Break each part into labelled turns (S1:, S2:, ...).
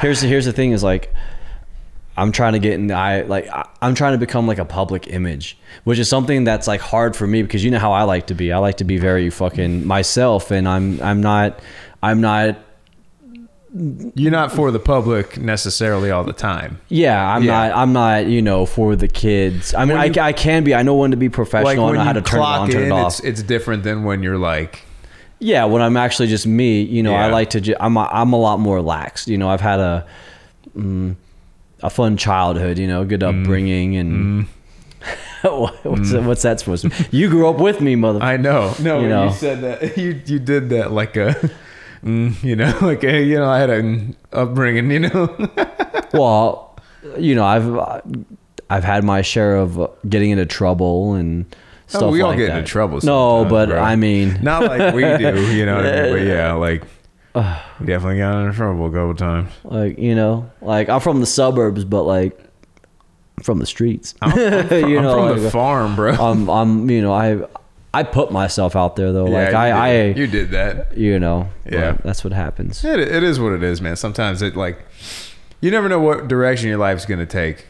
S1: here's the, here's the thing is like I'm trying to get in the eye, like I- I'm trying to become like a public image, which is something that's like hard for me because you know how I like to be. I like to be very fucking myself, and I'm I'm not I'm not
S2: You're not for the public necessarily all the time.
S1: yeah I'm
S2: Yeah.
S1: not I'm not you know for the kids. I mean
S2: When
S1: I,
S2: you-
S1: I can be. I know when to be professional. I know how to turn it on, turn it off.
S2: it's, it's different than when you're like,
S1: Yeah, when I'm actually just me, you know, I
S2: Yeah.
S1: like to. Ju- I'm a, I'm a lot more relaxed. You know, I've had a mm, a fun childhood. You know, good
S2: Mm.
S1: upbringing and. what's, what's that supposed to be? You grew up with me, mother.
S2: I know. No,
S1: You
S2: when
S1: know.
S2: you said that, you you did that like a, mm, you know, like a, you know, I had an upbringing, you know.
S1: well, you know, I've I've had my share of getting into trouble and stuff.
S2: Oh, we all
S1: like
S2: get
S1: that.
S2: into trouble.
S1: No,
S2: sometimes,
S1: but
S2: bro.
S1: I mean,
S2: not like we do, you know. what I mean? But yeah, like we definitely got into trouble a couple times.
S1: like you know, like I'm from the suburbs, but like I'm from the streets. you
S2: I'm from the
S1: like-
S2: farm, bro.
S1: I'm, Um, I'm, you know, I, I put myself out there though. like
S2: you
S1: I,
S2: did.
S1: I,
S2: you
S1: you,
S2: did that.
S1: know, but
S2: Yeah.
S1: that's what happens.
S2: It, it is what it is, man. Sometimes it like you never know what direction your life's gonna take.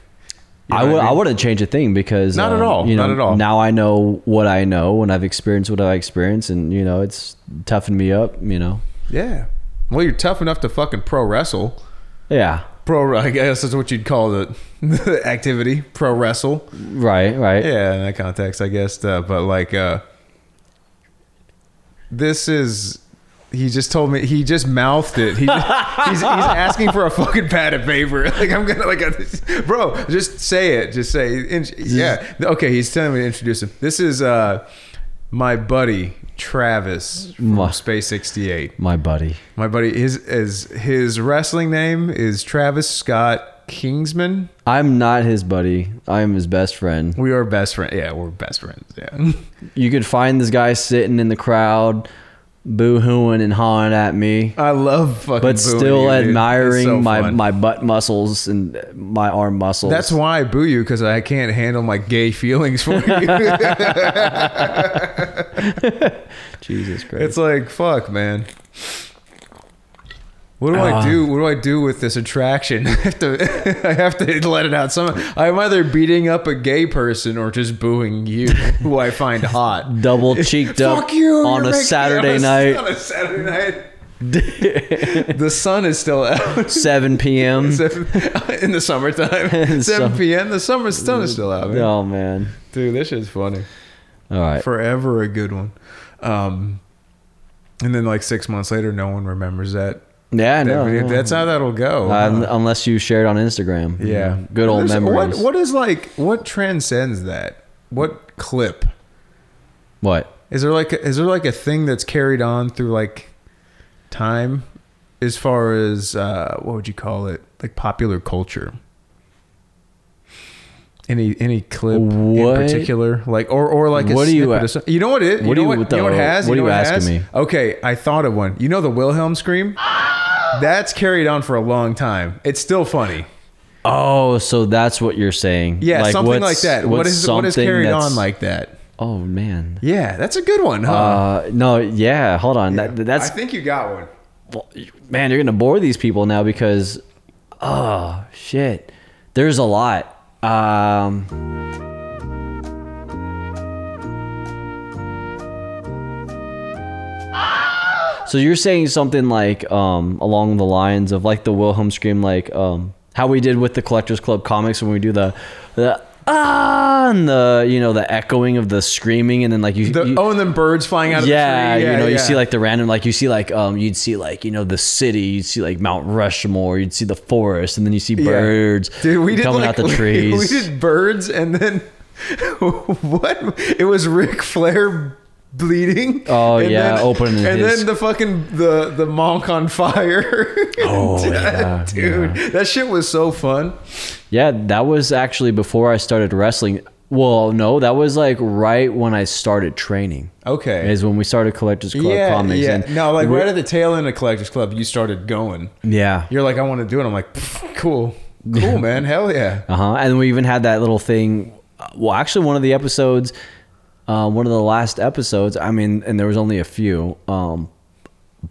S2: You know
S1: I would,
S2: what
S1: I,
S2: mean?
S1: wouldn't change a thing because
S2: Not at
S1: um,
S2: all.
S1: You know,
S2: Not at all.
S1: Now I know what I know, and I've experienced what I experienced, and you know, it's toughened me up. You know,
S2: Yeah. Well, you're tough enough to fucking pro wrestle.
S1: yeah,
S2: Pro, I guess that's what you'd call the, the activity. Pro wrestle.
S1: right, right,
S2: yeah in that context i guess uh, but like uh this is he just told me he just mouthed it he, he's, he's asking for a fucking pad of paper like i'm gonna like I- bro just say it just say in, yeah okay he's telling me to introduce him this is uh my buddy travis from
S1: My-
S2: space 68
S1: my buddy.
S2: my buddy his is his wrestling name is travis scott kingsman
S1: I'm not his buddy. I am his best friend.
S2: we are best friends yeah we're best friends yeah
S1: You could find this guy sitting in the crowd, boo hooing and hawing at me.
S2: I love fucking,
S1: but
S2: booing
S1: still
S2: you, dude.
S1: admiring
S2: It's so
S1: my,
S2: fun.
S1: my butt muscles and my arm muscles.
S2: That's why I boo you because I can't handle my gay feelings for you.
S1: Jesus Christ.
S2: it's like fuck, man. What do
S1: Uh.
S2: I do? What do I do with this attraction? I have to, I have to let it out. Some, I'm either beating up a gay person or just booing you, who I find hot.
S1: double cheeked up
S2: Fuck you!
S1: on a
S2: you're making-
S1: Saturday
S2: on a-
S1: night,
S2: On a Saturday night, the sun is still out.
S1: 7 p.m.
S2: Seven- in the summertime.
S1: the
S2: 7
S1: sum-
S2: p.m. The summer sun is still out, man.
S1: Oh, man.
S2: Dude, this shit's funny.
S1: All right.
S2: Forever a good one. Um, and then like six months later, no one remembers that.
S1: Yeah,
S2: that
S1: no.
S2: video.
S1: no.
S2: That's how that'll go.
S1: Um, unless you share it on Instagram.
S2: yeah.
S1: Good old
S2: There's-
S1: memories.
S2: What, what is like, what transcends that? What clip?
S1: What?
S2: Is there like, a, is there like a thing that's carried on through like time as far as, uh, what would you call it? Like popular culture? Any any clip in
S1: What?
S2: particular, like or or like a
S1: What do you
S2: snippet
S1: a-
S2: of some- you know what it
S1: What do
S2: you know
S1: you-
S2: what, you know what
S1: though,
S2: has
S1: what
S2: you
S1: are
S2: know
S1: you
S2: what has?
S1: asking me?
S2: Okay, I thought of one. You know the Wilhelm scream? That's carried on for a long time. It's still funny.
S1: Oh, so that's what you're saying.
S2: Yeah, something
S1: what's-
S2: like that. What
S1: what's
S2: is what is
S1: something
S2: carried on
S1: that's-
S2: like that?
S1: Oh, man.
S2: Yeah, that's a good one, huh?
S1: Uh, no, yeah, hold on. That, that's
S2: I think you got one.
S1: Well, man, you're gonna bore these people now because, oh shit, there's a lot. Um, so you're saying something like um, along the lines of like the Wilhelm scream, like um, how we did with the Collectors Club comics when we do the the ah and the you know the echoing of the screaming and then like you,
S2: The,
S1: you
S2: oh, and then birds flying out
S1: yeah,
S2: of the tree.
S1: you know, you
S2: yeah.
S1: see like the random, like you see like um, you'd see like you know the city, you'd see like Mount Rushmore, you'd see the forest, and then you see
S2: Yeah.
S1: birds
S2: Dude, we did
S1: coming
S2: like,
S1: out the
S2: we-
S1: trees.
S2: We did birds, and then what? It was Ric Flair bleeding.
S1: Oh,
S2: and
S1: yeah,
S2: then,
S1: opening
S2: and
S1: his-
S2: then the fucking the the monk on fire.
S1: Oh, yeah,
S2: dude, that shit was so fun.
S1: yeah, that was actually before I started wrestling. Well, no, that was like right when I started training.
S2: Okay.
S1: Is when we started Collectors Club
S2: yeah,
S1: comics.
S2: yeah.
S1: and
S2: No, like
S1: we-
S2: right at the tail end of Collectors Club, you started going.
S1: yeah,
S2: You're like, I want to do it. I'm like, "Pfft, cool, cool, man, hell yeah.
S1: Uh huh. And we even had that little thing. uh, Well, actually, one of the episodes, uh, one of the last episodes. I mean, and there was only a few. Um,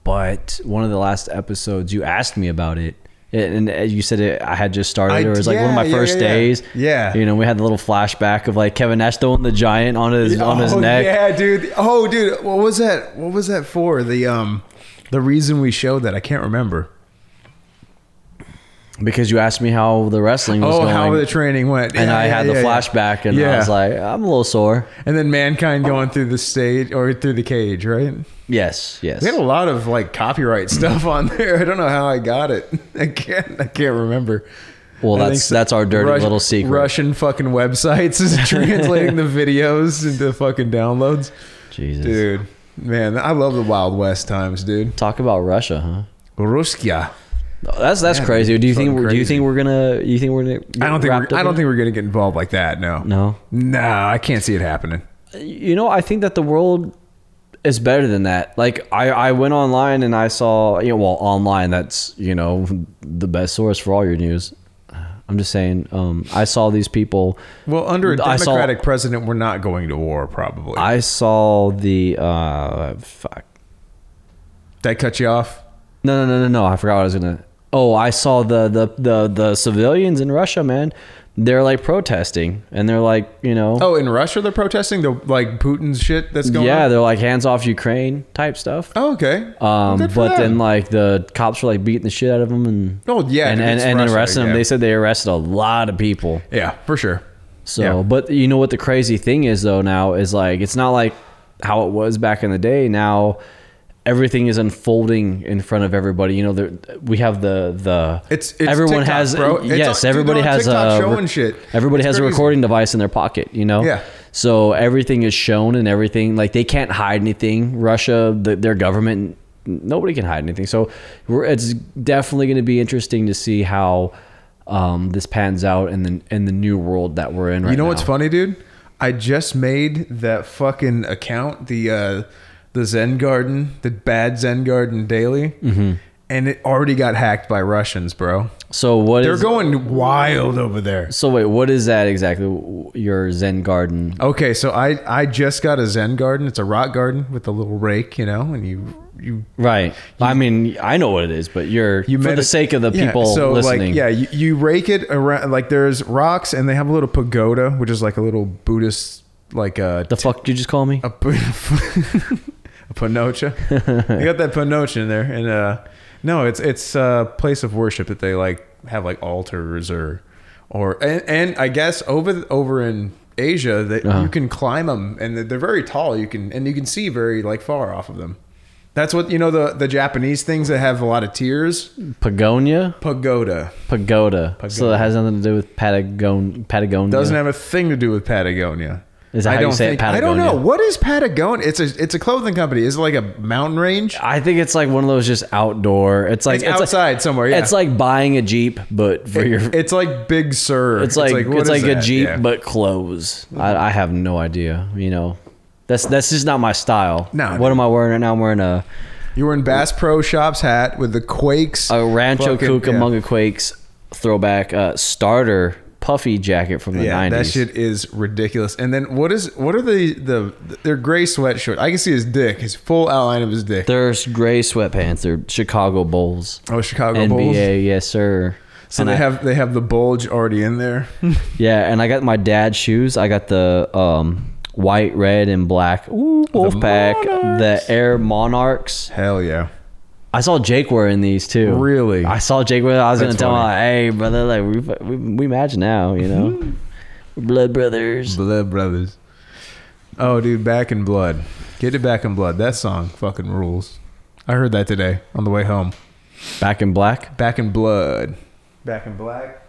S1: but one of the last episodes, you asked me about it, and and you said it, I had just started,
S2: I-
S1: or it was like one of
S2: yeah,
S1: my
S2: yeah,
S1: first
S2: yeah, yeah.
S1: days.
S2: Yeah.
S1: you know, we had the little flashback of like Kevin Nash throwing the giant on his on his
S2: oh,
S1: neck.
S2: Yeah, dude. Oh, dude. What was that? What was that for? The um, the reason we showed that I can't remember.
S1: because you asked me how the wrestling was
S2: Oh,
S1: going.
S2: how the training went,
S1: and
S2: Yeah,
S1: I
S2: yeah,
S1: had
S2: yeah,
S1: the
S2: yeah.
S1: flashback, and I
S2: Yeah.
S1: was like, I'm a little sore.
S2: and then mankind going through the stage or through the cage, right?
S1: Yes, yes.
S2: They had a lot of like copyright stuff on there. I don't know how I got it. I can't. I can't remember.
S1: Well,
S2: I think
S1: that's
S2: so-
S1: that's our dirty
S2: Rush-
S1: little secret.
S2: Russian fucking websites is translating the videos into fucking downloads,
S1: Jesus,
S2: dude. Man, I love the Wild West times, dude.
S1: talk about Russia, huh? Oh,
S2: Ruskia.
S1: That's that's
S2: Yeah,
S1: crazy.
S2: dude,
S1: Do you think
S2: fucking
S1: we're, do you
S2: crazy.
S1: think we're gonna you think we're gonna get
S2: I don't think
S1: wrapped
S2: we're,
S1: up
S2: I
S1: in
S2: don't
S1: it?
S2: think we're gonna get involved like that. No,
S1: no.
S2: no, I can't see it happening.
S1: You know, I think that the world is better than that. Like I I went online and I saw you know well online that's you know the best source for all your news. I'm just saying. Um, I saw these people.
S2: Well, under a
S1: I saw-
S2: democratic president, we're not going to war. Probably.
S1: I saw the uh fuck.
S2: Did I cut you off?
S1: No, no, no, no, no. I forgot what I was gonna. Oh, I saw the the the the civilians in Russia, man. They're like protesting, and they're like, you know,
S2: Oh, in Russia they're protesting the like Putin's shit that's going
S1: yeah,
S2: on.
S1: they're like hands off Ukraine type stuff.
S2: Oh, okay.
S1: Um,
S2: Good for
S1: but
S2: them.
S1: then like the cops were like beating the shit out of them and
S2: Oh, yeah,
S1: and
S2: dude,
S1: and,
S2: it's
S1: and
S2: Russia,
S1: arresting them.
S2: yeah.
S1: They said they arrested a lot of people.
S2: yeah, for sure.
S1: So,
S2: Yeah.
S1: but you know what the crazy thing is though now is like it's not like how it was back in the day. Now everything is unfolding in front of everybody. You know, there, we have the the
S2: It's, it's
S1: everyone
S2: TikTok,
S1: has
S2: bro. It's on-
S1: yes,
S2: dude,
S1: everybody
S2: on
S1: has
S2: TikTok
S1: a
S2: showing shit.
S1: everybody
S2: It's
S1: has a
S2: crazy.
S1: recording device in their pocket. You know,
S2: Yeah.
S1: So everything is shown and everything like they can't hide anything. Russia, the, their government, nobody can hide anything. So we're, it's definitely going to be interesting to see how um, this pans out in the in the new world that we're in right now.
S2: You know what's funny, dude? I just made that fucking account, the uh, the Zen Garden, the bad Zen Garden daily,
S1: Mm-hmm.
S2: and it already got hacked by Russians, bro.
S1: So what
S2: They're
S1: is-
S2: going wild over there.
S1: So wait, what is that exactly? W- Your Zen garden?
S2: Okay, so I I just got a Zen Garden. It's a rock garden with a little rake, you know, and you you
S1: Right. I mean, I know what it is, but you're
S2: you
S1: for
S2: medi-
S1: the sake of the
S2: Yeah,
S1: people
S2: so
S1: listening.
S2: like yeah you, you rake it around like there's rocks and they have a little pagoda which is like a little buddhist like uh,
S1: The fuck did you just call me?
S2: a, bu- a panocha they got that panocha in there and uh no it's it's a place of worship that they like have like altars or or and, and i guess over th- over in asia that
S1: Uh-huh.
S2: you can climb them and they're- they're very tall you can and you can see very like far off of them that's what you know the the japanese things that have a lot of tiers
S1: Pagonia?
S2: pagoda
S1: Pagoda. So
S2: Pagoda.
S1: it has nothing to do with Patagon Patagonia.
S2: doesn't have a thing to do with Patagonia.
S1: Is that
S2: I
S1: how you
S2: don't
S1: say it,
S2: think, I don't know
S1: Patagonia?
S2: what is Patagonia. It's a it's a clothing company. Is it like a mountain range?
S1: I think it's like one of those just outdoor. It's like
S2: It's, outside somewhere.
S1: Like,
S2: Yeah,
S1: It's like buying a jeep, but for your.
S2: it's like Big Sur.
S1: it's like it's like,
S2: what is
S1: a
S2: that?
S1: jeep,
S2: Yeah.
S1: but clothes. I, I have no idea. You know, that's that's just not my style.
S2: No,
S1: What
S2: no.
S1: am I wearing right now? I'm wearing a
S2: you were in Bass Pro Shops hat with the Quakes.
S1: a Rancho
S2: fucking-
S1: Cucamonga Quakes throwback uh, starter puffy jacket from the
S2: Yeah, yeah
S1: 90s.
S2: that shit is ridiculous. And then what is what are the the their gray sweatshirt? I can see his dick, his full outline of his dick.
S1: There's gray sweatpants. They're Chicago Bulls.
S2: oh, Chicago
S1: NBA,
S2: Bulls.
S1: yes sir.
S2: So
S1: And
S2: they
S1: I-
S2: have they have the bulge already in there.
S1: yeah, and I got my dad's shoes. I got the um, white, red, and black Ooh, Wolfpack, the,
S2: Monarchs.
S1: Air Monarchs.
S2: Hell yeah.
S1: I saw Jake wearing these too.
S2: Really?
S1: I saw Jake wearing. I was
S2: That's
S1: gonna tell him,
S2: funny. Mm-hmm.
S1: like, hey brother, like we we, we match now, you know. We're Blood brothers.
S2: Blood Brothers. Oh, dude, Back in Blood. Get it Back in Blood. That song fucking rules. I heard that today on the way home.
S1: Back in black.
S2: Back in Blood. Back in Black.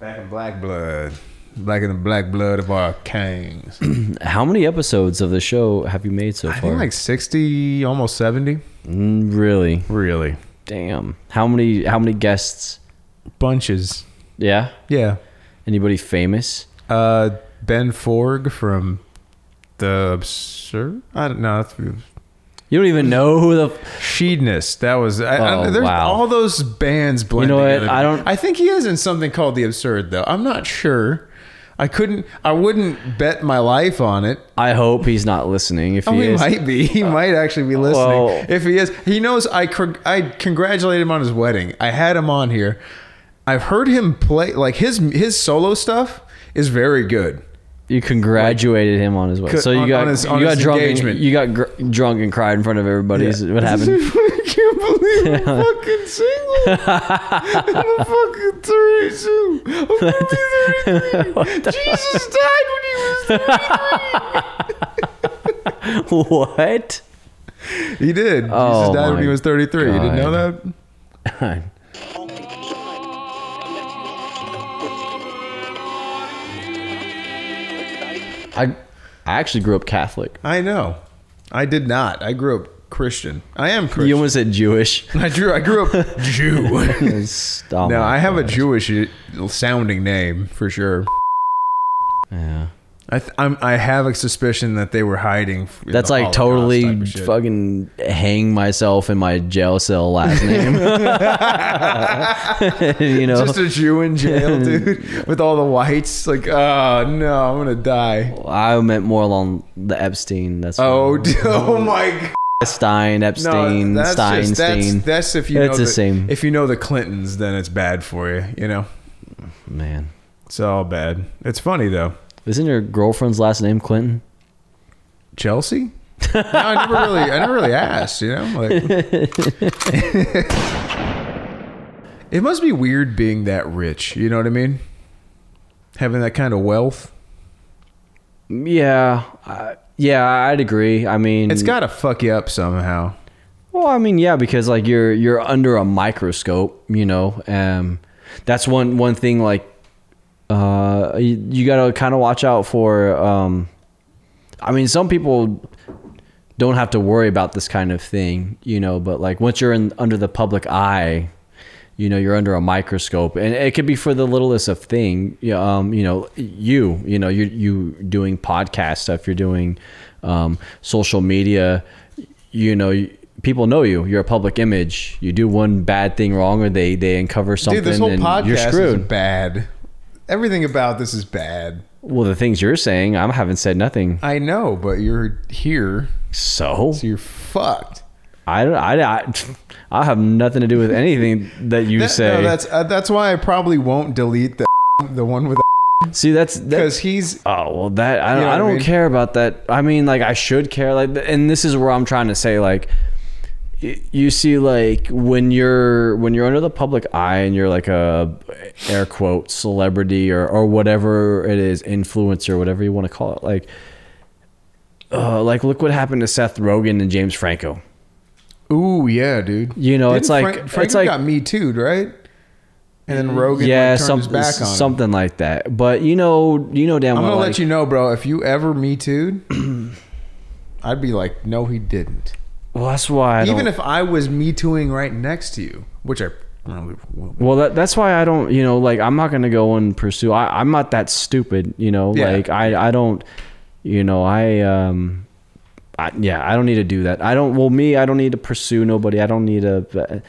S2: Back in Black Blood. Back in the Black Blood of our kings.
S1: How many episodes of the show have you made so
S2: I
S1: far?
S2: think like 60, almost 70.
S1: Mm, really?
S2: Really?
S1: Damn. How many how many guests?
S2: Bunches.
S1: Yeah?
S2: Yeah.
S1: Anybody famous?
S2: Uh, ben Forg from The Absurd? I don't know. That's-
S1: You don't even know who the
S2: Sheedness. That was. I, I,
S1: Oh,
S2: there's
S1: wow.
S2: all those bands blend
S1: know what?
S2: together.
S1: I don't-
S2: I think he is in something called the absurd, though. I'm not sure. I couldn't. I wouldn't bet my life on it.
S1: I hope he's not listening. If
S2: Oh,
S1: he,
S2: he
S1: is,
S2: might be. He might actually be listening.
S1: Uh, well-
S2: if he is, he knows. I cr- I congratulated him on his wedding. I had him on here. I've heard him play like his his solo stuff is very good.
S1: you congratulated him on his way.
S2: Could-
S1: So you
S2: on-
S1: got
S2: on his-
S1: you
S2: on
S1: got
S2: his
S1: drunk. And,
S2: engagement.
S1: you got gr- drunk and cried in front of everybody. Is
S2: Yeah.
S1: What happened?
S2: I can't believe I'm fucking single. I'm a fucking 32. I'm gonna be 33. Jesus died when he was 33.
S1: what?
S2: He did.
S1: Oh
S2: Jesus died when
S1: my
S2: he was 33. You didn't know
S1: God.
S2: that?
S1: I I actually grew up Catholic.
S2: I know. I did not. I grew up Christian. I am Christian.
S1: You almost said Jewish.
S2: I grew. I grew up Jew.
S1: Stop.
S2: no, I have a Jewish sounding name for sure.
S1: Yeah.
S2: I th- I'm, I have a suspicion that they were hiding. f- in
S1: That's
S2: the
S1: like
S2: Holocaust type
S1: totally
S2: of shit.
S1: fucking hang myself in my jail cell last name. you know,
S2: Just a Jew in jail, dude, with all the whites. Like, oh no, I'm gonna die.
S1: I meant more along the Epstein. That's
S2: Oh, d- oh my god.
S1: Stein, Epstein,
S2: that's
S1: Steinstein.
S2: just- that's, that's if you
S1: It's
S2: know
S1: the same.
S2: If you know the Clintons, then it's bad for you. You know,
S1: Man,
S2: it's all bad. It's funny though.
S1: isn't your girlfriend's last name Clinton?
S2: Chelsea? no, I never really, I never really asked. You know, like, it must be weird being that rich. You know what I mean? Having that kind of wealth,
S1: Yeah, I, yeah, I'd agree. I mean,
S2: it's got to fuck you up somehow.
S1: Well, I mean, yeah, because like you're you're under a microscope, you know. Um, that's one one thing. Like, uh, you, you gotta kind of watch out for. Um, I mean, some people don't have to worry about this kind of thing, you know. But like once you're in under the public eye, you know, you're under a microscope, and it could be for the littlest of thing. Yeah, Um, you know, you, you know, you you doing podcast stuff, you're doing um, social media. You know, you- people know you. You're a public image. You do one bad thing wrong, or they they uncover something,
S2: Dude, this whole
S1: and you're
S2: podcast is
S1: screwed.
S2: bad. Everything about this is bad.
S1: Well, the things you're saying, I haven't said nothing.
S2: I know, but you're here,
S1: So
S2: so you're fucked.
S1: I don't. I, I, I have nothing to do with anything that you
S2: That-
S1: say.
S2: no, that's uh, that's why I probably won't delete the the one with
S1: See, that's that's.
S2: because he's
S1: Oh well, that I,
S2: You know what
S1: I
S2: I
S1: don't
S2: mean?
S1: care about that. I mean, like I should care. Like, and this is where I'm trying to say, like, y- you see, like when you're when you're under the public eye and you're like a air quote celebrity or or whatever it is, influencer, whatever you want to call it. Like, uh, like look what happened to Seth Rogen and James Franco.
S2: Ooh yeah, dude.
S1: You know, it's like-
S2: Frank,
S1: it's
S2: Frank
S1: like-
S2: got me too, right? And then Rogan
S1: yeah,
S2: yeah, like, turned
S1: some,
S2: his back on him.
S1: something like that. But you know, you know damn
S2: I'm
S1: well.
S2: gonna
S1: like,
S2: let you know, bro. If you ever me too, I'd be like, no, he didn't.
S1: Well, that's why I
S2: Even
S1: don't-
S2: if I was me tooing right next to you, which I probably will.
S1: Well, that, that's why I don't, you know, like I'm not gonna go and pursue. I, I'm not that stupid, you know.
S2: Yeah.
S1: Like I, I don't, you know, I, um, I, yeah, I don't need to do that. I don't. Well, me, I don't need to pursue nobody. I don't need to. uh,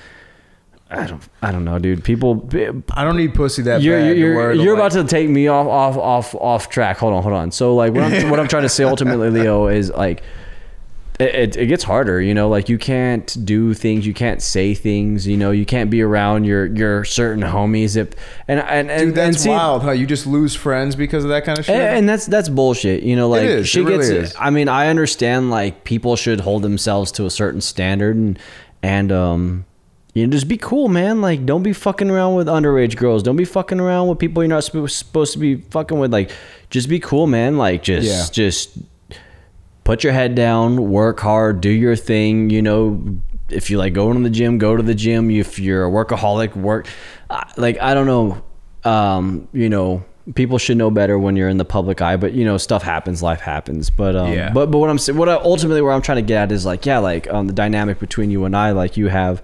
S1: I don't. I don't know, dude. People, you're
S2: I don't need pussy that
S1: you're
S2: bad. to
S1: you're,
S2: where it'll,
S1: you're
S2: like-
S1: about to take me off off off off track. Hold on, hold on. So like what I'm what I'm trying to say ultimately, Leo, is like. It, it, it gets harder, you know. Like you can't do things, you can't say things, you know. You can't be around your your certain homies if and and and
S2: Dude, that's
S1: and see,
S2: wild how you just lose friends because of that kind of shit.
S1: and, and that's that's bullshit. You know, like
S2: is,
S1: she
S2: it really
S1: gets.
S2: is.
S1: I mean, I understand like people should hold themselves to a certain standard and and um, you know, just be cool, man. Like, don't be fucking around with underage girls. Don't be fucking around with people you're not sp- supposed to be fucking with. Like, just be cool, man. Like, just
S2: Yeah.
S1: just put your head down, work hard, do your thing. You know, if you like going to the gym, go to the gym. If you're a workaholic, work. I- Like I don't know, um, you know, people should know better when you're in the public eye. But you know, stuff happens, life happens. But um,
S2: Yeah.
S1: but but what I'm sa- what I, ultimately where I'm trying to get at is like yeah, like um, the dynamic between you and I, like you have.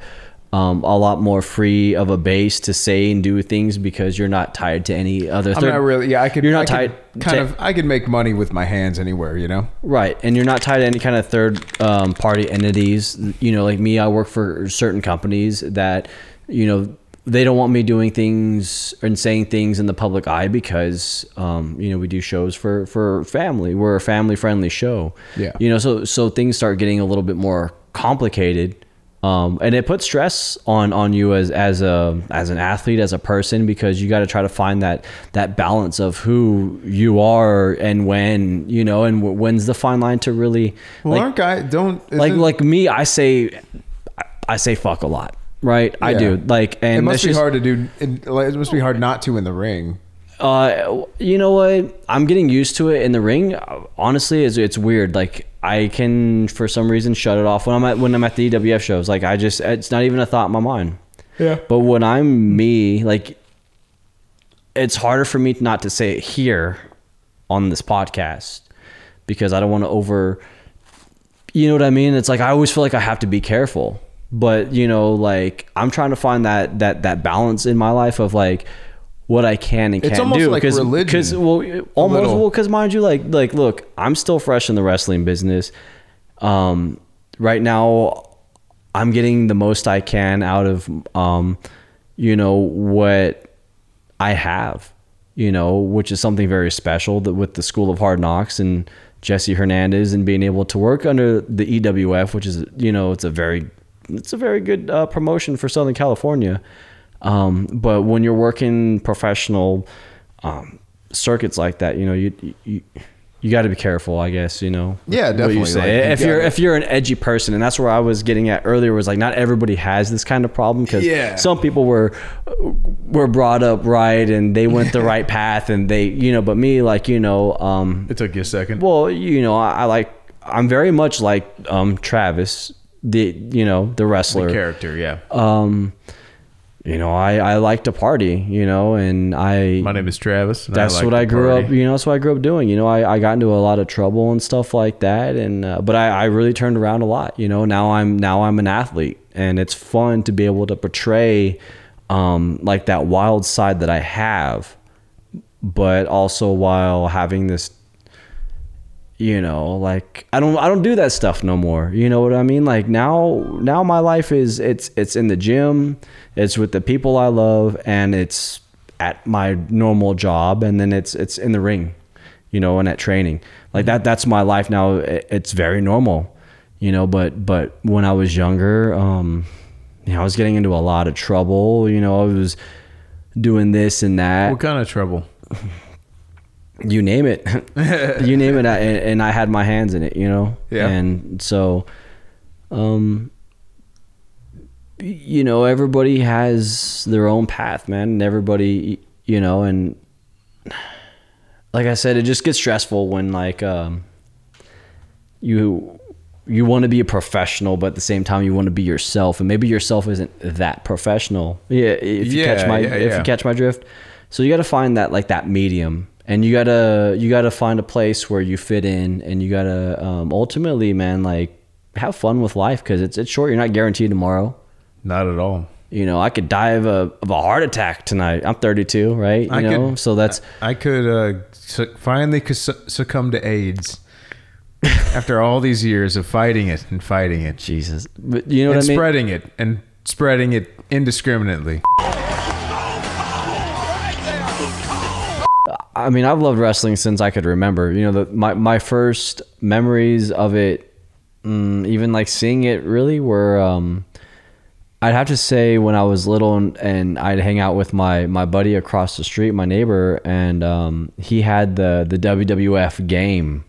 S1: Um, a lot more free of a base to say and do things because you're not tied to any other.
S2: I'm
S1: third-
S2: not really. Yeah, I could.
S1: You're
S2: I
S1: not
S2: could
S1: tied.
S2: Kind
S1: to-
S2: of. I could make money with my hands anywhere. You know.
S1: Right, and you're not tied to any kind of third um, party entities. You know, like me, I work for certain companies that, you know, they don't want me doing things and saying things in the public eye because um, you know we do shows for for family. We're a family friendly show.
S2: Yeah.
S1: You know, so so things start getting a little bit more complicated. Um, and it puts stress on on you as as a as an athlete as a person because you got to try to find that that balance of who you are and when you know and w- when's the fine line to really
S2: Well,
S1: like
S2: aren't guys don't
S1: like
S2: isn't-
S1: like me i say I- i say fuck a lot right i
S2: Yeah.
S1: do like and
S2: It
S1: that's
S2: must be
S1: just-
S2: hard to do. It, like, it must be hard not to in the ring.
S1: uh you know what i'm getting used to it in the ring honestly it's, it's weird like i can for some reason shut it off when i'm at when i'm at the ewf shows like i just it's not even a thought in my mind
S2: Yeah.
S1: but when i'm me like it's harder for me not to say it here on this podcast because i don't want to over you know what I mean? It's like I always feel like I have to be careful. But, you know, like I'm trying to find that that that balance in my life of like what I can and
S2: It's
S1: can't
S2: almost
S1: do
S2: like religion,
S1: cuz well it- almost
S2: little.
S1: well cuz mind you like like look, I'm still fresh in the wrestling business. Um right now I'm getting the most I can out of um you know what I have, you know, which is something very special that with the School of Hard Knocks and Jesse Hernandez and being able to work under the EWF, which is you know it's a very it's a very good uh, promotion for Southern California. Um, but when you're working professional um, circuits like that, you know you you, you got to be careful, I guess. You know,
S2: Yeah,
S1: what you
S2: definitely,
S1: say.
S2: like, you
S1: if you're
S2: gotta-
S1: if you're an edgy person, and that's where I was getting at earlier, was like not everybody has this kind of problem because
S2: Yeah.
S1: some people were were brought up right and they went the right path and they you know but me like you know um
S2: It took you a second.
S1: well you know I, I like i'm very much like um travis the you know the wrestler
S2: character, yeah.
S1: um you know i i like to party you know and i
S2: name is Travis.
S1: that's what I grew up. You know, that's what I grew up doing. You know, I, I got into a lot of trouble and stuff like that, and uh, but I, I really turned around a lot. You know, now I'm now I'm an athlete, and it's fun to be able to portray, um, like that wild side that I have, but also while having this, you know, like I don't I don't do that stuff no more. You know what I mean? Like now now my life is it's it's in the gym, it's with the people I love, and it's at my normal job and then it's it's in the ring you know and at training like that that's my life now It- it's very normal you know but but when i was younger um you know i was getting into a lot of trouble you know i was doing this and that
S3: What kind of trouble?
S1: you name it you name it I, and, and i had my hands in it you know
S2: Yeah.
S1: and so um you know everybody has their own path man and everybody you know and like i said it just gets stressful when like um you you want to be a professional but at the same time you want to be yourself and maybe yourself isn't that professional yeah if you
S2: Yeah,
S1: catch my
S2: yeah,
S1: if
S2: yeah.
S1: you catch my drift so you got to find that like that medium and you gotta you gotta find a place where you fit in and you gotta um, ultimately man like have fun with life because it's it's short you're not guaranteed tomorrow
S3: Not at all.
S1: you know i could die of a of a heart attack tonight i'm 32 right you
S2: I
S1: know
S2: could-
S1: so that's
S2: I could uh, su- finally cus- succumb to AIDS after all these years of fighting it and fighting it
S1: jesus but you know
S2: and
S1: what i mean
S2: spreading it and spreading it indiscriminately.
S1: I mean, I've loved wrestling since I could remember. You know, the, my my first memories of it, mm, even like seeing it, really were. Um, I'd have to say when I was little and, and I'd hang out with my my buddy across the street, my neighbor, and um, he had the the WWF game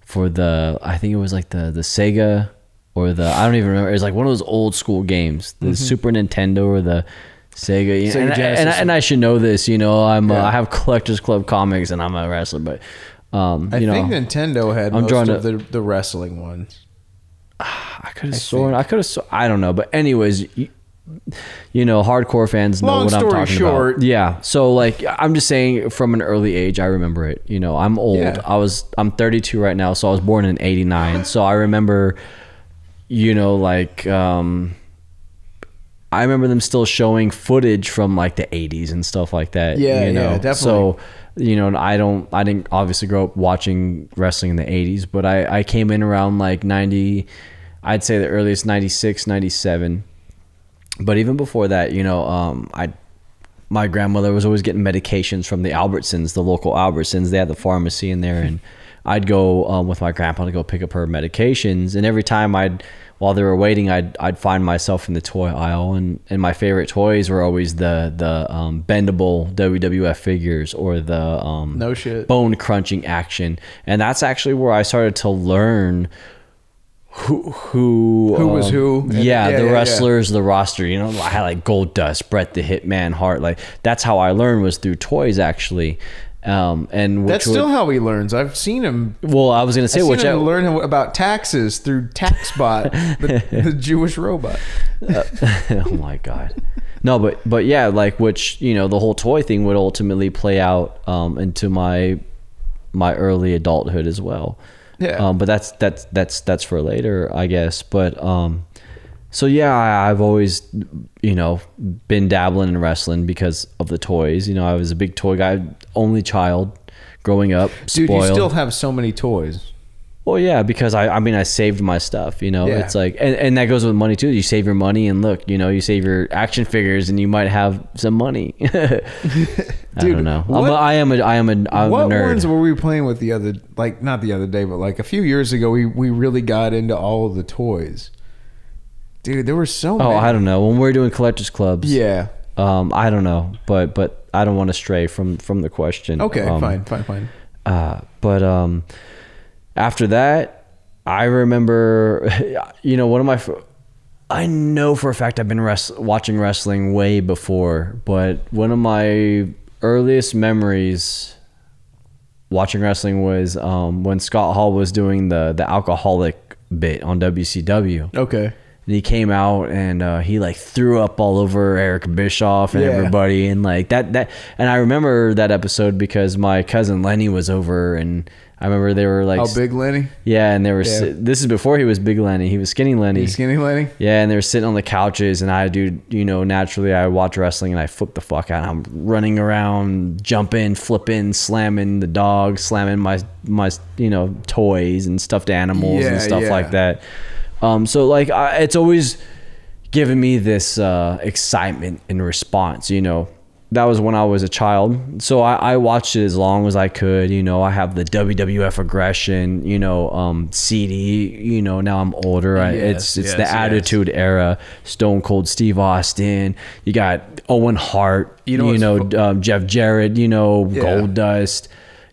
S1: for the I think it was like the the Sega or the I don't even remember. It was like one of those old school games, the Super Nintendo or the Sega. You know, and, I- and, I, and I should know this, you know. I'm uh, I have collectors club comics and I'm a wrestler, but um,
S3: I
S1: you know,
S3: think Nintendo had
S1: I'm
S3: most
S1: drawing
S3: of
S1: a-
S3: the, the wrestling ones.
S1: I could have sworn I could have. Sw- I don't know, but anyways. You, you know, hardcore fans know
S3: Long
S1: what I'm
S3: story
S1: talking
S3: short.
S1: about. Yeah. So like I'm just saying from an early age I remember it. You know, I'm old.
S3: Yeah.
S1: I was I'm 32 right now, so I was born in 89. So I remember you know like um I remember them still showing footage from like the 80s and stuff like that.
S3: Yeah,
S1: you
S3: yeah,
S1: know?
S3: definitely.
S1: So, you know, and I don't, I didn't obviously grow up watching wrestling in the 80s, but I, I came in around like 90, I'd say the earliest 96, 97. but even before that, you know, um, I my grandmother was always getting medications from the Albertsons, the local Albertsons. They had the pharmacy in there, and I'd go um, with my grandpa to go pick up her medications. And every time I'd, while they were waiting, I'd I'd find myself in the toy aisle, and and my favorite toys were always the the um, bendable WWF figures or the um,
S3: No shit.
S1: bone crunching action, and that's actually where I started to learn. Who who um,
S3: Who was who, and-
S1: Yeah,
S3: yeah,
S1: the
S3: yeah, yeah.
S1: wrestlers, the roster. You know, I had like Gold Dust, Brett the Hitman Hart. Like that's how I learned was through toys actually. Um, and which
S3: That's still
S1: would-
S3: how he learns. I've seen him.
S1: well, I was gonna say
S3: I've
S1: which
S3: seen
S1: I,
S3: him learn about taxes through TaxBot, the, the Jewish robot.
S1: oh my god no but but yeah like which you know the whole toy thing would ultimately play out um into my my early adulthood as well
S3: Yeah.
S1: um but that's that's that's that's for later i guess but um so yeah I, i've always you know been dabbling in wrestling because of the toys you know i was a big toy guy only child growing up
S3: Dude,
S1: spoiled.
S3: you still have so many toys.
S1: Well, yeah, because I, I mean, I saved my stuff, you know,
S3: Yeah.
S1: it's like, and, and that goes with money too. You save your money and look, you know, you save your action figures and you might have some money. I
S3: Dude,
S1: don't know.
S3: what-
S1: I'm a, I am a, I am a, I'm
S3: what
S1: a nerd.
S3: ones were we playing with the other? Like not the other day, but like a few years ago, we we really got into all of the toys. Dude, there were so
S1: oh,
S3: many.
S1: I don't know. When we're doing collectors clubs.
S3: yeah.
S1: Um, I don't know, but, but I don't want to stray from, from the question.
S3: Okay.
S1: Um,
S3: fine. Fine. Fine.
S1: Uh, but um, after that, I remember, you know, one of my, fir- I know for a fact I've been res- watching wrestling way before, but one of my earliest memories watching wrestling was um, when Scott Hall was doing the the alcoholic bit on WCW.
S3: Okay.
S1: And he came out and uh, he like threw up all over Eric Bischoff and
S3: Yeah.
S1: everybody and like that that and I remember that episode because my cousin Lenny was over and I remember they were like
S3: How Oh, big, Lenny?
S1: yeah and they were si-
S3: Yeah.
S1: this is before he was big Lenny he was skinny Lenny
S3: You skinny, Lenny?
S1: yeah and they were sitting on the couches and I do you know naturally I watch wrestling and I flip the fuck out I'm running around jumping flipping slamming the dog slamming my my you know toys and stuffed animals
S3: Yeah,
S1: and stuff
S3: yeah.
S1: like that that. Um, so like I, it's always given me this uh, excitement in response. You know, that was when I was a child, so I, I watched it as long as I could. You know, I have the WWF aggression. You know, um, CD. You know, now I'm older. I,
S3: Yes,
S1: it's it's
S3: yes,
S1: the
S3: yes.
S1: Attitude Era. Stone Cold Steve Austin. You got Owen Hart. You
S3: know
S1: know, you
S3: what's
S1: know
S3: fu-
S1: um, Jeff Jarrett, you know, Gold Dust.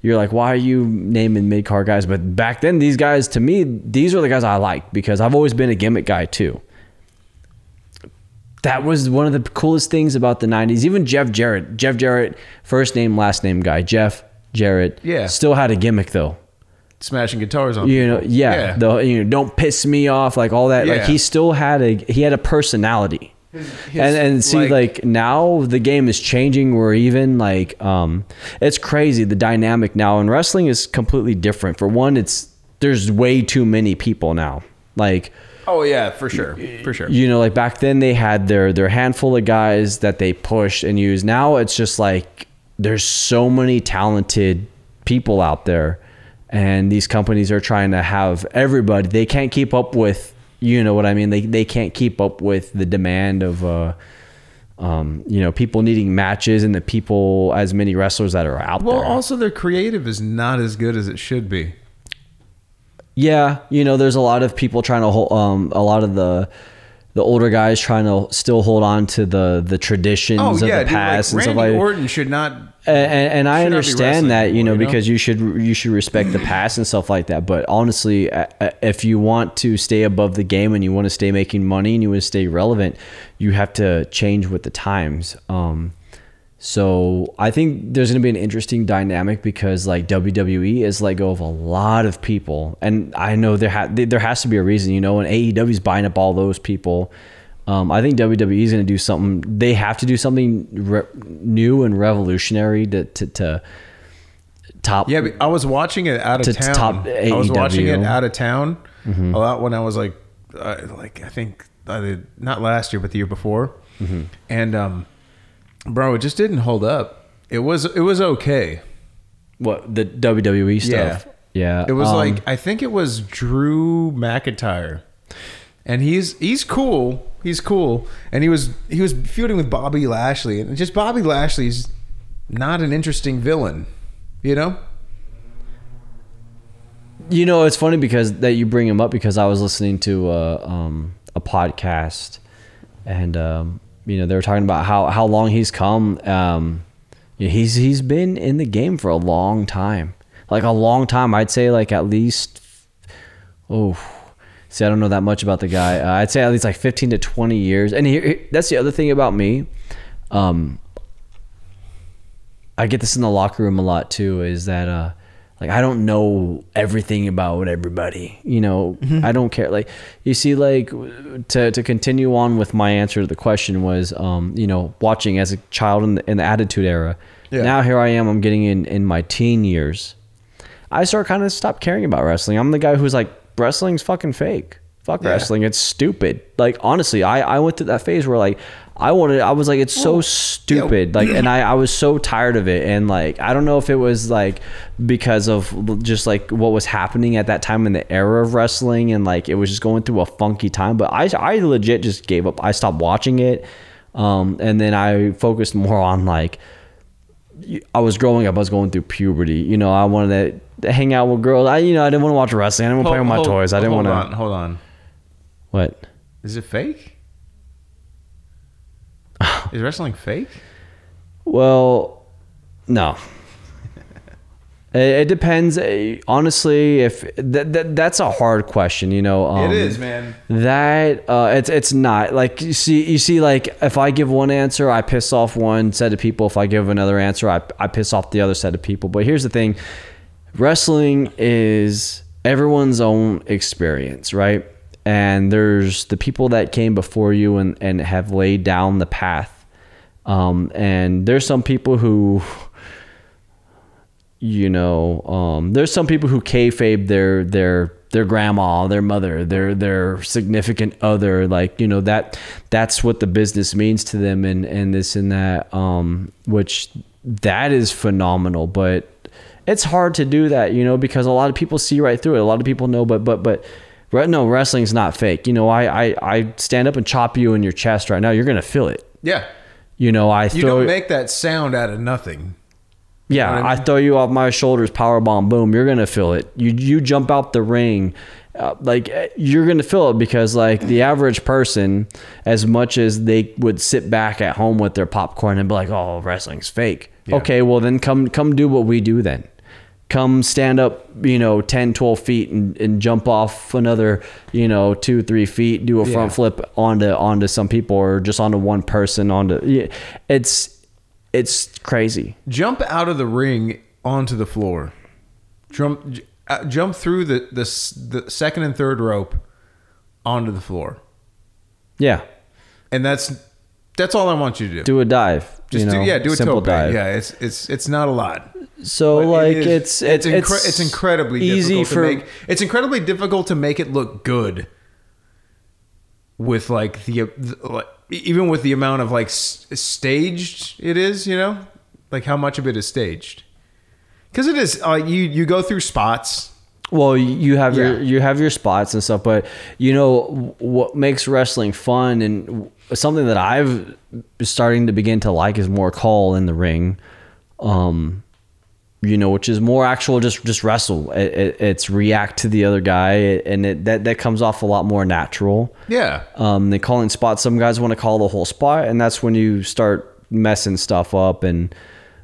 S1: You're like, why are you naming mid card guys? But back then, these guys, to me, these were the guys I liked because I've always been a gimmick guy too. That was one of the coolest things about the 90s. Even Jeff Jarrett, Jeff Jarrett, first name, last name guy, Jeff Jarrett.
S3: Yeah.
S1: Still had a gimmick though.
S3: Smashing guitars on.
S1: You know, yeah.
S3: Yeah.
S1: The, you know, don't piss me off, like all that. Like
S3: Yeah.
S1: he still had a he had a personality. and and see like,
S3: like-
S1: now the game is changing where even like um it's crazy the dynamic now and wrestling is completely different. For one, it's there's way too many people now. Like
S3: Oh yeah, for sure. For sure.
S1: you know, like back then they had their their handful of guys that they pushed and used. Now it's just like there's so many talented people out there, and these companies are trying to have everybody. They can't keep up with, you know what I mean? They they can't keep up with the demand of. Uh, um, you know, people needing matches and the people as many wrestlers that are out
S3: Well,
S1: there.
S3: also their creative is not as good as it should be.
S1: Yeah, you know, there's a lot of people trying to hold um a lot of the the older guys trying to still hold on to the the traditions
S3: Oh
S1: of
S3: yeah,
S1: the past
S3: dude, like,
S1: and
S3: Randy
S1: stuff like
S3: Orton should not.
S1: and, and, and
S3: should not
S1: I
S3: be
S1: understand
S3: wrestling
S1: that you know
S3: anymore, you know?
S1: because you should you should respect the past and stuff like that but honestly a- a- if you want to stay above the game and you want to stay making money and you want to stay relevant you have to change with the times um so I think there's going to be an interesting dynamic because like WWE is let go of a lot of people, and I know there ha- there has to be a reason, you know. And AEW is buying up all those people. Um, I think WWE is going to do something. They have to do something re- new and revolutionary to to, to top.
S3: Yeah, but I was watching it out of
S1: To
S3: town.
S1: top E
S3: I was watching it
S1: AEW.
S3: out of town a lot when I was like, uh, like I think uh, not last year, but the year before,
S1: Mm-hmm.
S3: and um, bro, it just didn't hold up. It was it was okay.
S1: what the WWE
S3: Yeah.
S1: stuff. Yeah,
S3: It was
S1: um,
S3: like I think it was Drew McIntyre
S2: and he's he's cool. He's cool, and he was he was feuding with Bobby Lashley, and just Bobby Lashley's not an interesting villain, you know.
S1: You know, it's funny because that you bring him up because I was listening to uh, um, a podcast, and um, you know they were talking about how how long he's come. Um, you know, he's he's been in the game for a long time, like a long time. I'd say like at least oh. See, I don't know that much about the guy. Uh, I'd say at least like 15 to 20 years. And here, that's the other thing about me. Um, I get this in the locker room a lot too is that uh like I don't know everything about everybody. You know, I don't care like you see like to to continue on with my answer to the question was um you know, watching as a child in the, in the attitude era. Now here I am I'm getting in in my teen years. I start kind of stop caring about wrestling. I'm the guy who's like wrestling's fucking fake. Fuck wrestling. It's stupid. Like honestly, I I went through that phase where like I wanted I was like it's so stupid. Like and I I was so tired of it and like I don't know if it was like because of just like what was happening at that time in the era of wrestling and like it was just going through a funky time, but I I legit just gave up. I stopped watching it. Um and then I focused more on like I was growing up. I was going through puberty. You know, I wanted to hang out with girls. I, you know, I didn't want to watch wrestling. I didn't want to play with my toys. I didn't
S2: hold
S1: want
S2: on,
S1: to.
S2: Hold on,
S1: What?
S2: is it fake? is wrestling fake?
S1: Well, no. it, it depends. eh, Honestly, if that, that that's a hard question. You know, um,
S2: It is, man.
S1: That uh, it's it's not like you see you see like if I give one answer I piss off one set of people if I give another answer I I piss off the other set of people but here's the thing wrestling is everyone's own experience right and there's the people that came before you and and have laid down the path um and there's some people who you know, um, there's some people who kayfabe their their their grandma, their mother, their their significant other, like you know that that's what the business means to them, and and this and that, um, which that is phenomenal, but it's hard to do that, you know, because a lot of people see right through it. A lot of people know, but but but. re- No, wrestling's not fake. You know, I, I, I stand up and chop you in your chest right now. You're gonna feel it.
S2: Yeah,
S1: You know, I
S2: you
S1: throw
S2: don't make that sound out of nothing.
S1: yeah, I, throw you off my shoulders, power bomb, boom. You're gonna feel it. You you jump out the ring, uh, like eh, you're gonna feel it because like the average person, as much as they would sit back at home with their popcorn and be like, "Oh, wrestling's fake." Okay, well then come come do what we do then. Come stand up, you know, 10, 12 feet and, and jump off another, you know, two, three feet, do a front flip onto onto some people or just onto one person onto yeah, it's it's crazy.
S2: Jump out of the ring onto the floor. Jump, j- uh, jump through the, the s- the second and third rope onto the floor,
S1: Yeah.
S2: and that's that's all I want you to do.
S1: do a dive.
S2: Just
S1: you know,
S2: do, yeah, do a
S1: simple
S2: toe
S1: dive.
S2: bag. Yeah, it's it's it's not a lot.
S1: So
S2: But it
S1: like
S2: is-
S1: it's it's
S2: incre- it's, incredibly
S1: easy
S2: difficult
S1: for
S2: to make. It's incredibly difficult to make it look good with like the the- like, e-, even with the amount of like s- staged it is, you know, like how much of it is staged. Because it is like you you go through spots.
S1: well you have
S2: Yeah.
S1: your you have your spots and stuff, but you know what makes wrestling fun and w- something that I've starting to begin to like is more call in the ring. Um, you know, which is more actual just just wrestle. It, it, it's react to the other guy, and it, that that comes off a lot more natural.
S2: Yeah,
S1: Um, they calling spots. Some guys want to call the whole spot, and that's when you start messing stuff up. And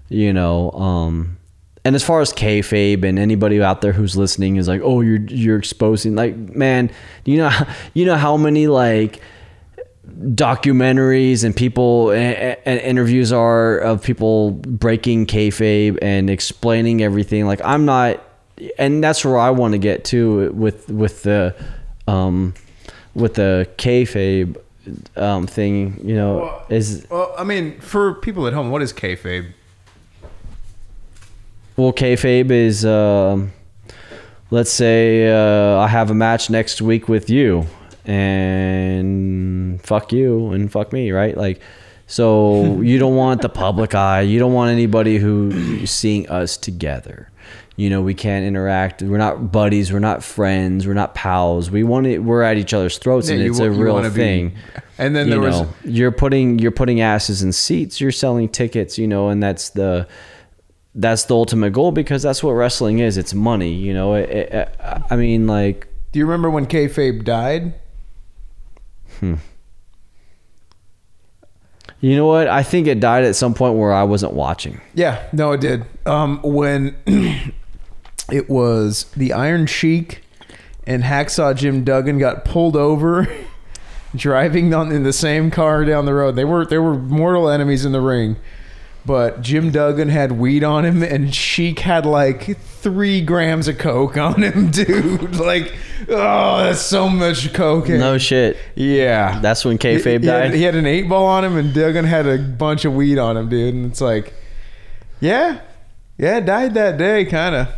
S1: you know, um, and as far as kayfabe and anybody out there who's listening is like, oh, you're you're exposing. Like, man, you know, you know how many like documentaries and people and, and interviews are of people breaking kayfabe and explaining everything. Like, I'm not, and that's where I want to get to with with the um with the kayfabe um thing. You know, is
S2: Well, I mean, for people at home, what is kayfabe?
S1: Well, kayfabe is, um let's say uh, I have a match next week with you, and fuck you and fuck me, right? Like, So you don't want the public eye. You don't want anybody who's seeing us together. You know, we can't interact. We're not buddies. We're not friends. We're not pals. We want it. We're at each other's throats, and
S2: you
S1: it's
S2: wa-
S1: a
S2: you
S1: real
S2: wanna be-
S1: thing.
S2: and then
S1: you
S2: there was-
S1: know, you're putting you're putting asses in seats. You're selling tickets. You know, and that's the that's the ultimate goal because that's what wrestling is. It's money. You know, it, it, I mean, like
S2: Do you remember when kayfabe died?
S1: you know what? I think it died at some point where I wasn't watching.
S2: Yeah, no, it did. Um, when it was the Iron Sheik and Hacksaw Jim Duggan got pulled over driving on in the same car down the road. They were they were mortal enemies in the ring. But Jim Duggan had weed on him, and Sheik had like three grams of coke on him, dude. Like, oh, that's so much coke.
S1: No shit.
S2: yeah,
S1: That's when kayfabe
S2: he, he
S1: died.
S2: Had, he had an eight ball on him, and Duggan had a bunch of weed on him, dude. And it's like, yeah, yeah, died that day, kind of.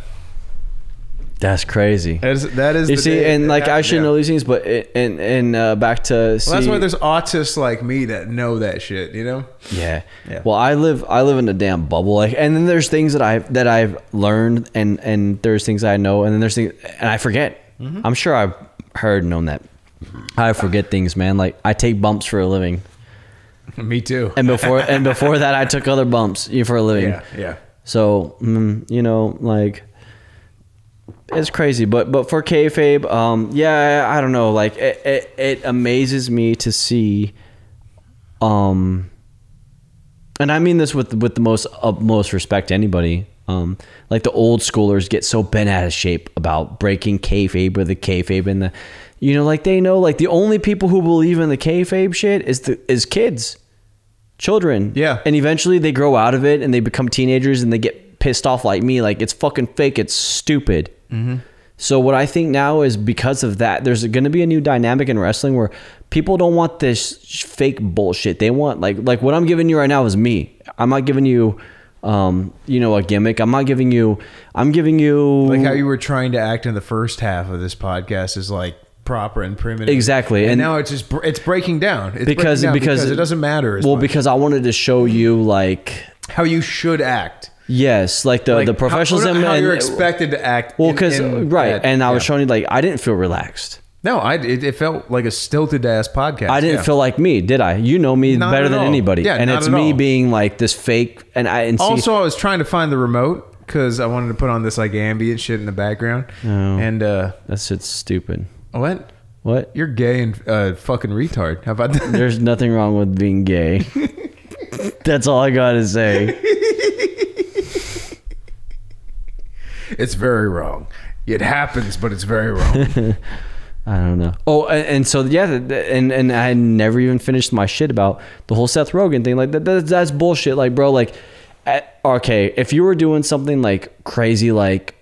S1: That's crazy.
S2: That is, that is
S1: You
S2: the
S1: see,
S2: day
S1: and
S2: that
S1: like I
S2: happened,
S1: should
S2: yeah.
S1: know these things, but it, and and uh, back to see,
S2: Well, that's why there's autists like me that know that shit, you know?
S1: yeah.
S2: Yeah.
S1: Well, I live I live in a damn bubble, like, and then there's things that I have that I've learned, and and there's things I know, and then there's things and I forget.
S2: Mm-hmm.
S1: I'm sure I've heard and known that. I forget things, man. Like I take bumps for a living,
S2: Me too.
S1: and before and before that, I took other bumps you know, for a living.
S2: Yeah, yeah.
S1: So mm, you know, like it's crazy. But but for kayfabe, um, yeah, I I don't know. Like it, it, it amazes me to see, um, and I mean this with with the most utmost respect to anybody. Um, like the old schoolers get so bent out of shape about breaking kayfabe or the kayfabe and the, you know, like they know like the only people who believe in the kayfabe shit is the is kids children.
S2: Yeah.
S1: And eventually they grow out of it and they become teenagers and they get pissed off like me. Like it's fucking fake. It's stupid.
S2: Mm-hmm.
S1: So what I think now is because of that, there's going to be a new dynamic in wrestling where people don't want this sh- fake bullshit. They want like like what I'm giving you right now is me. I'm not giving you, um, you know, a gimmick. I'm not giving you. I'm giving you
S2: Like how you were trying to act in the first half of this podcast is like proper and primitive.
S1: Exactly,
S2: And,
S1: and-
S2: now it's just, br- it's breaking down. It's
S1: because
S2: breaking down
S1: because
S2: it doesn't matter as
S1: Well,
S2: much.
S1: because I wanted to show you like
S2: how you should act.
S1: yes, like the
S2: Like
S1: the
S2: how-
S1: professionalism
S2: How, you're
S1: and-
S2: expected to act.
S1: Well,
S2: in-
S1: because
S2: in
S1: right,
S2: that-
S1: and I was
S2: yeah.
S1: showing you like I didn't feel relaxed.
S2: No, I it, it felt like a stilted ass podcast.
S1: I didn't
S2: yeah.
S1: feel like me, did I? You know me
S2: Not
S1: better
S2: at
S1: than
S2: all.
S1: anybody,
S2: Yeah,
S1: and
S2: not
S1: it's
S2: at
S1: me
S2: all.
S1: being like this fake, and I and see,
S2: Also, I was trying to find the remote because I wanted to put on this like ambient shit in the background.
S1: Oh.
S2: And uh,
S1: that shit's stupid.
S2: what?
S1: What?
S2: You're gay and uh, fucking retard. How about that?
S1: There's nothing wrong with being gay. That's all I gotta say.
S2: It's very wrong. It happens, but it's very wrong.
S1: I don't know. Oh, and, and so yeah, th- th- and and I had never even finished my shit about the whole Seth Rogen thing. Like that, that that's bullshit. Like, bro, like, at, okay, if you were doing something like crazy, like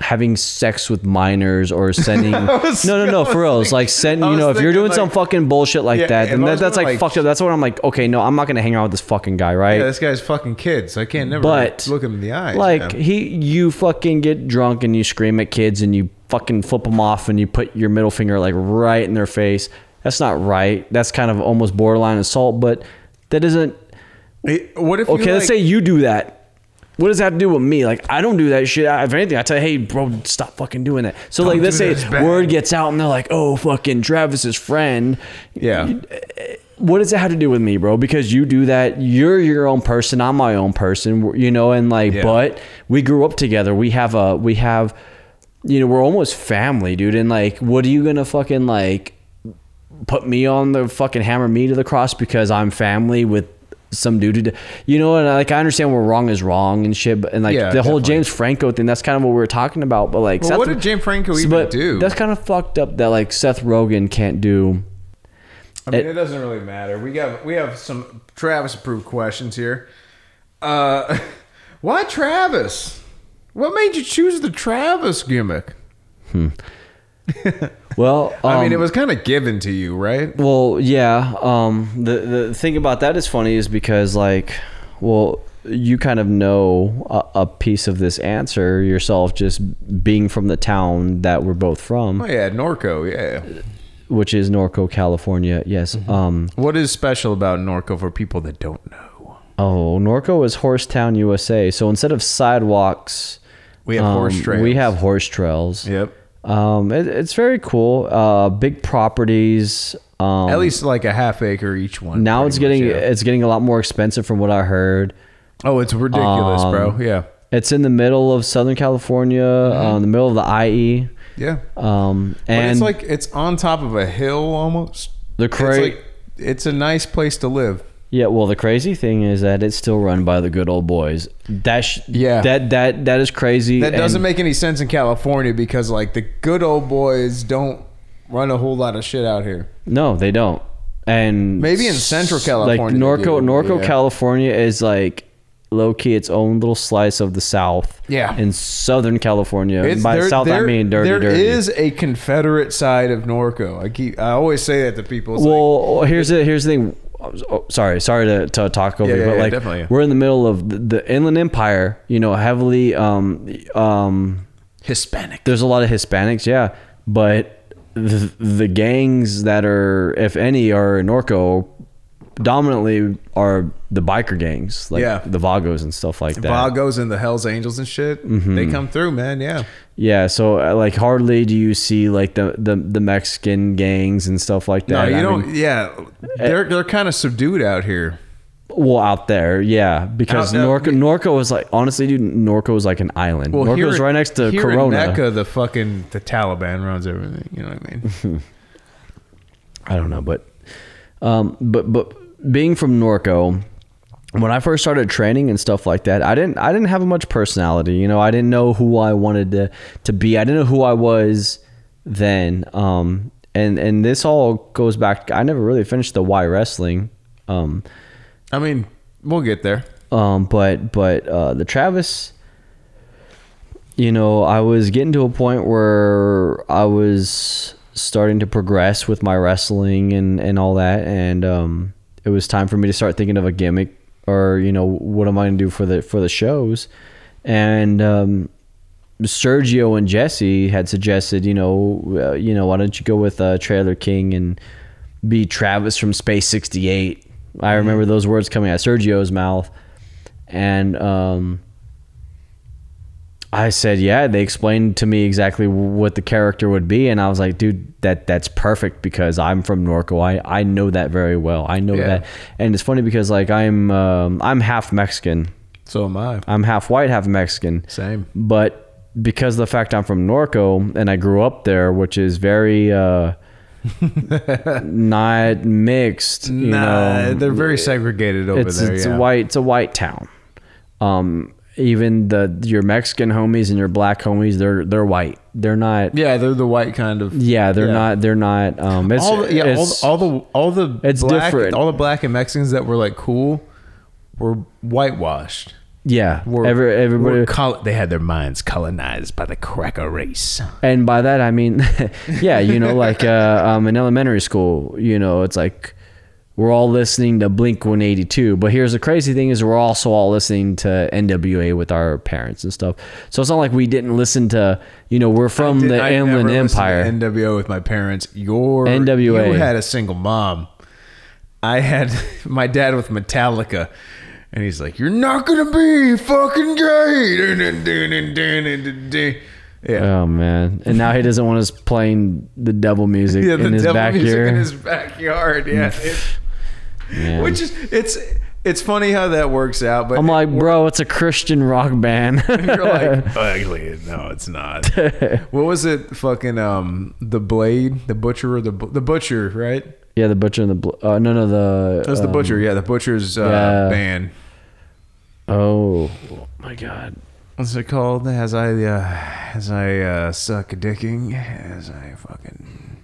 S1: having sex with minors or sending
S2: was-
S1: no no no
S2: I
S1: for real
S2: was
S1: it's like send
S2: I
S1: you
S2: was
S1: know if you're
S2: thinking,
S1: doing some
S2: like-
S1: fucking bullshit like
S2: Yeah,
S1: that
S2: if
S1: then
S2: I
S1: that,
S2: was
S1: that's
S2: doing,
S1: like,
S2: like,
S1: fucked up that's what i'm like okay no i'm not gonna hang out with this fucking guy right
S2: yeah, this guy's fucking kids. I can't never
S1: but
S2: look him in the eyes.
S1: Like
S2: man.
S1: he, you fucking get drunk and you scream at kids and you fucking flip them off and you put your middle finger like right in their face. That's not right. That's kind of almost borderline assault, but that isn't
S2: It- what if you,
S1: okay. let's say
S2: like-
S1: you do that. What does that have to do with me? Like I don't do that shit. I, if anything, I tell you, hey, bro, stop fucking doing that. So like,
S2: do
S1: let's
S2: that. It's
S1: say
S2: bad.
S1: word gets out and they're like, oh, fucking Travis's friend
S2: yeah.
S1: what does it have to do with me, bro? Because you do that. You're your own person. I'm my own person. You know, and like,
S2: Yeah.
S1: but we grew up together. We have a, we have, you know, we're almost family, dude. And like, what are you gonna fucking like put me on the fucking hammer me to the cross because I'm family with some dude who, d- you know, and like I understand where wrong is wrong and shit, but and like
S2: Yeah,
S1: the whole
S2: definitely.
S1: James Franco thing. That's kind of what we were talking about. But like,
S2: Well,
S1: Seth-
S2: what did James Franco even
S1: but
S2: do?
S1: That's kind of fucked up that like Seth Rogen can't do.
S2: I mean,
S1: It-
S2: it, doesn't really matter. We got we have some Travis approved questions here. Uh, why Travis? What made you choose the Travis gimmick?
S1: Well,
S2: I
S1: um,
S2: mean, it was kind of given to you, right?
S1: Well, yeah. Um, the the thing about that is funny is because like, well, you kind of know a, a piece of this answer yourself, just being from the town that we're both from.
S2: Oh yeah, Norco. Yeah,
S1: which is Norco, California. Yes.
S2: Mm-hmm.
S1: Um,
S2: What is special about Norco for people that don't know?
S1: oh, Norco is Horsetown, USA. So instead of sidewalks,
S2: We have horse
S1: um,
S2: trails.
S1: We have horse trails.
S2: Yep.
S1: Um, it, it's very cool. Uh, big properties. Um,
S2: At least like a half acre each one.
S1: now
S2: pretty
S1: it's getting
S2: much, yeah.
S1: it's getting a lot more expensive from what I heard.
S2: Oh, it's ridiculous,
S1: Um,
S2: bro. Yeah.
S1: It's in the middle of Southern California, uh, in the middle of the IE.
S2: Yeah.
S1: Um,
S2: Mm-hmm. But
S1: and
S2: it's like it's on top of a hill almost.
S1: the
S2: It's
S1: cra-
S2: like it's a nice place to live.
S1: yeah. Well, the crazy thing is that it's still run by the good old boys. That sh-
S2: Yeah.
S1: that that that is crazy.
S2: That doesn't
S1: and-
S2: make any sense in California because like the good old boys don't run a whole lot of shit out here.
S1: No, they don't. And
S2: Maybe in Central
S1: s-
S2: California
S1: like
S2: they
S1: Norco,
S2: do,
S1: Norco,
S2: yeah.
S1: California is like low key its own little slice of the South.
S2: Yeah.
S1: in Southern California. And By
S2: there-
S1: South, I
S2: there-
S1: mean dirty,
S2: There
S1: dirty.
S2: is a Confederate side of Norco. I keep I always say that to people. It's like,
S1: well, oh, here's the here's the thing. Oh, sorry, sorry to, to talk over
S2: Yeah,
S1: you,
S2: yeah,
S1: but
S2: yeah,
S1: like
S2: definitely.
S1: we're in the middle of the, the Inland Empire. You know, heavily um um
S2: Hispanic.
S1: there's a lot of Hispanics, yeah, but the, the gangs that are, if any, are in Norco, dominantly are the biker gangs, like
S2: Yeah.
S1: the Vagos and stuff like that.
S2: Vagos and the Hells Angels and shit.
S1: Mm-hmm.
S2: They come through, man. Yeah.
S1: yeah, so uh, like hardly do you see like the the, the Mexican gangs and stuff like
S2: No,
S1: that.
S2: you
S1: I
S2: don't.
S1: mean, eh,
S2: yeah, they're they're kind of subdued out here.
S1: well, out there, yeah, because
S2: Out- out-
S1: Norco Norco is like honestly, dude, Norco is like an island.
S2: Well,
S1: Norco
S2: here
S1: is
S2: in-
S1: right next to
S2: here
S1: Corona.
S2: In Mecca, the fucking the Taliban runs everything. You know what I mean?
S1: I don't know, but um, but but being from Norco, when I first started training and stuff like that, I didn't I didn't have much personality. You know, I didn't know who I wanted to to be. I didn't know who I was then. Um, and and this all goes back. I never really finished the why wrestling. Um,
S2: I mean, we'll get there.
S1: um, but but uh, the Travis, you know, I was getting to a point where I was starting to progress with my wrestling and and all that, and um, it was time for me to start thinking of a gimmick or you know what am I gonna do for the for the shows, and um, Sergio and Jesse had suggested, you know, uh, you know, why don't you go with uh, Trailer King and be Travis from Space 68? I remember those words coming out of Sergio's mouth, and um, I said, yeah. They explained to me exactly what the character would be, and I was like, dude, that that's perfect because I'm from Norco. I I know that very well. I know
S2: Yeah.
S1: that, and it's funny because like I'm um, I'm half Mexican.
S2: So am I.
S1: I'm half white, half Mexican
S2: Same.
S1: but because of the fact I'm from Norco and I grew up there, which is very uh, not mixed, you
S2: nah,
S1: know,
S2: they're very segregated over
S1: it's
S2: there.
S1: it's
S2: yeah.
S1: a white it's a white town. Um, even the your Mexican homies and your black homies, they're they're white. They're not. Yeah,
S2: Yeah, they're the white kind of.
S1: they're
S2: Yeah.
S1: not. They're not. Um, it's,
S2: all the, yeah, all,
S1: it's-
S2: the- all the all the
S1: It's
S2: black,
S1: different.
S2: All the black and Mexicans that were like cool were whitewashed.
S1: yeah.
S2: Were,
S1: every, everybody.
S2: were col- they had their minds colonized by the cracker race.
S1: and by that I mean, yeah, you know, like uh, um, in elementary school, you know, it's like we're all listening to Blink 182. But here's the crazy thing: is we're also all listening to NWA with our parents and stuff. So it's not like we didn't listen to, you know, we're from
S2: Did-
S1: the
S2: I never
S1: Inland
S2: listened to
S1: Empire.
S2: NWO with my parents. Your
S1: NWA.
S2: You had a single mom. I had my dad with Metallica, and he's like, "You're not gonna be fucking gay." Yeah,
S1: oh man! And now he doesn't want us playing the devil music
S2: yeah,
S1: in his back
S2: music
S1: here. Mm.
S2: in his backyard. Yeah, It-
S1: Yeah.
S2: which is it's it's funny how that works out, but
S1: I'm like, bro, it's a Christian rock band.
S2: you're like, "Oh, actually, no, it's not. what was it? Fucking um, the blade, the butcher, or the Bu- the butcher, right?
S1: yeah, the butcher and the bl- uh, no, no, the
S2: That's the
S1: um,
S2: butcher. Yeah, the butcher's uh,
S1: yeah.
S2: band.
S1: Oh my god.
S2: What's it called? As I uh, as I uh, suck dicking, as I fucking,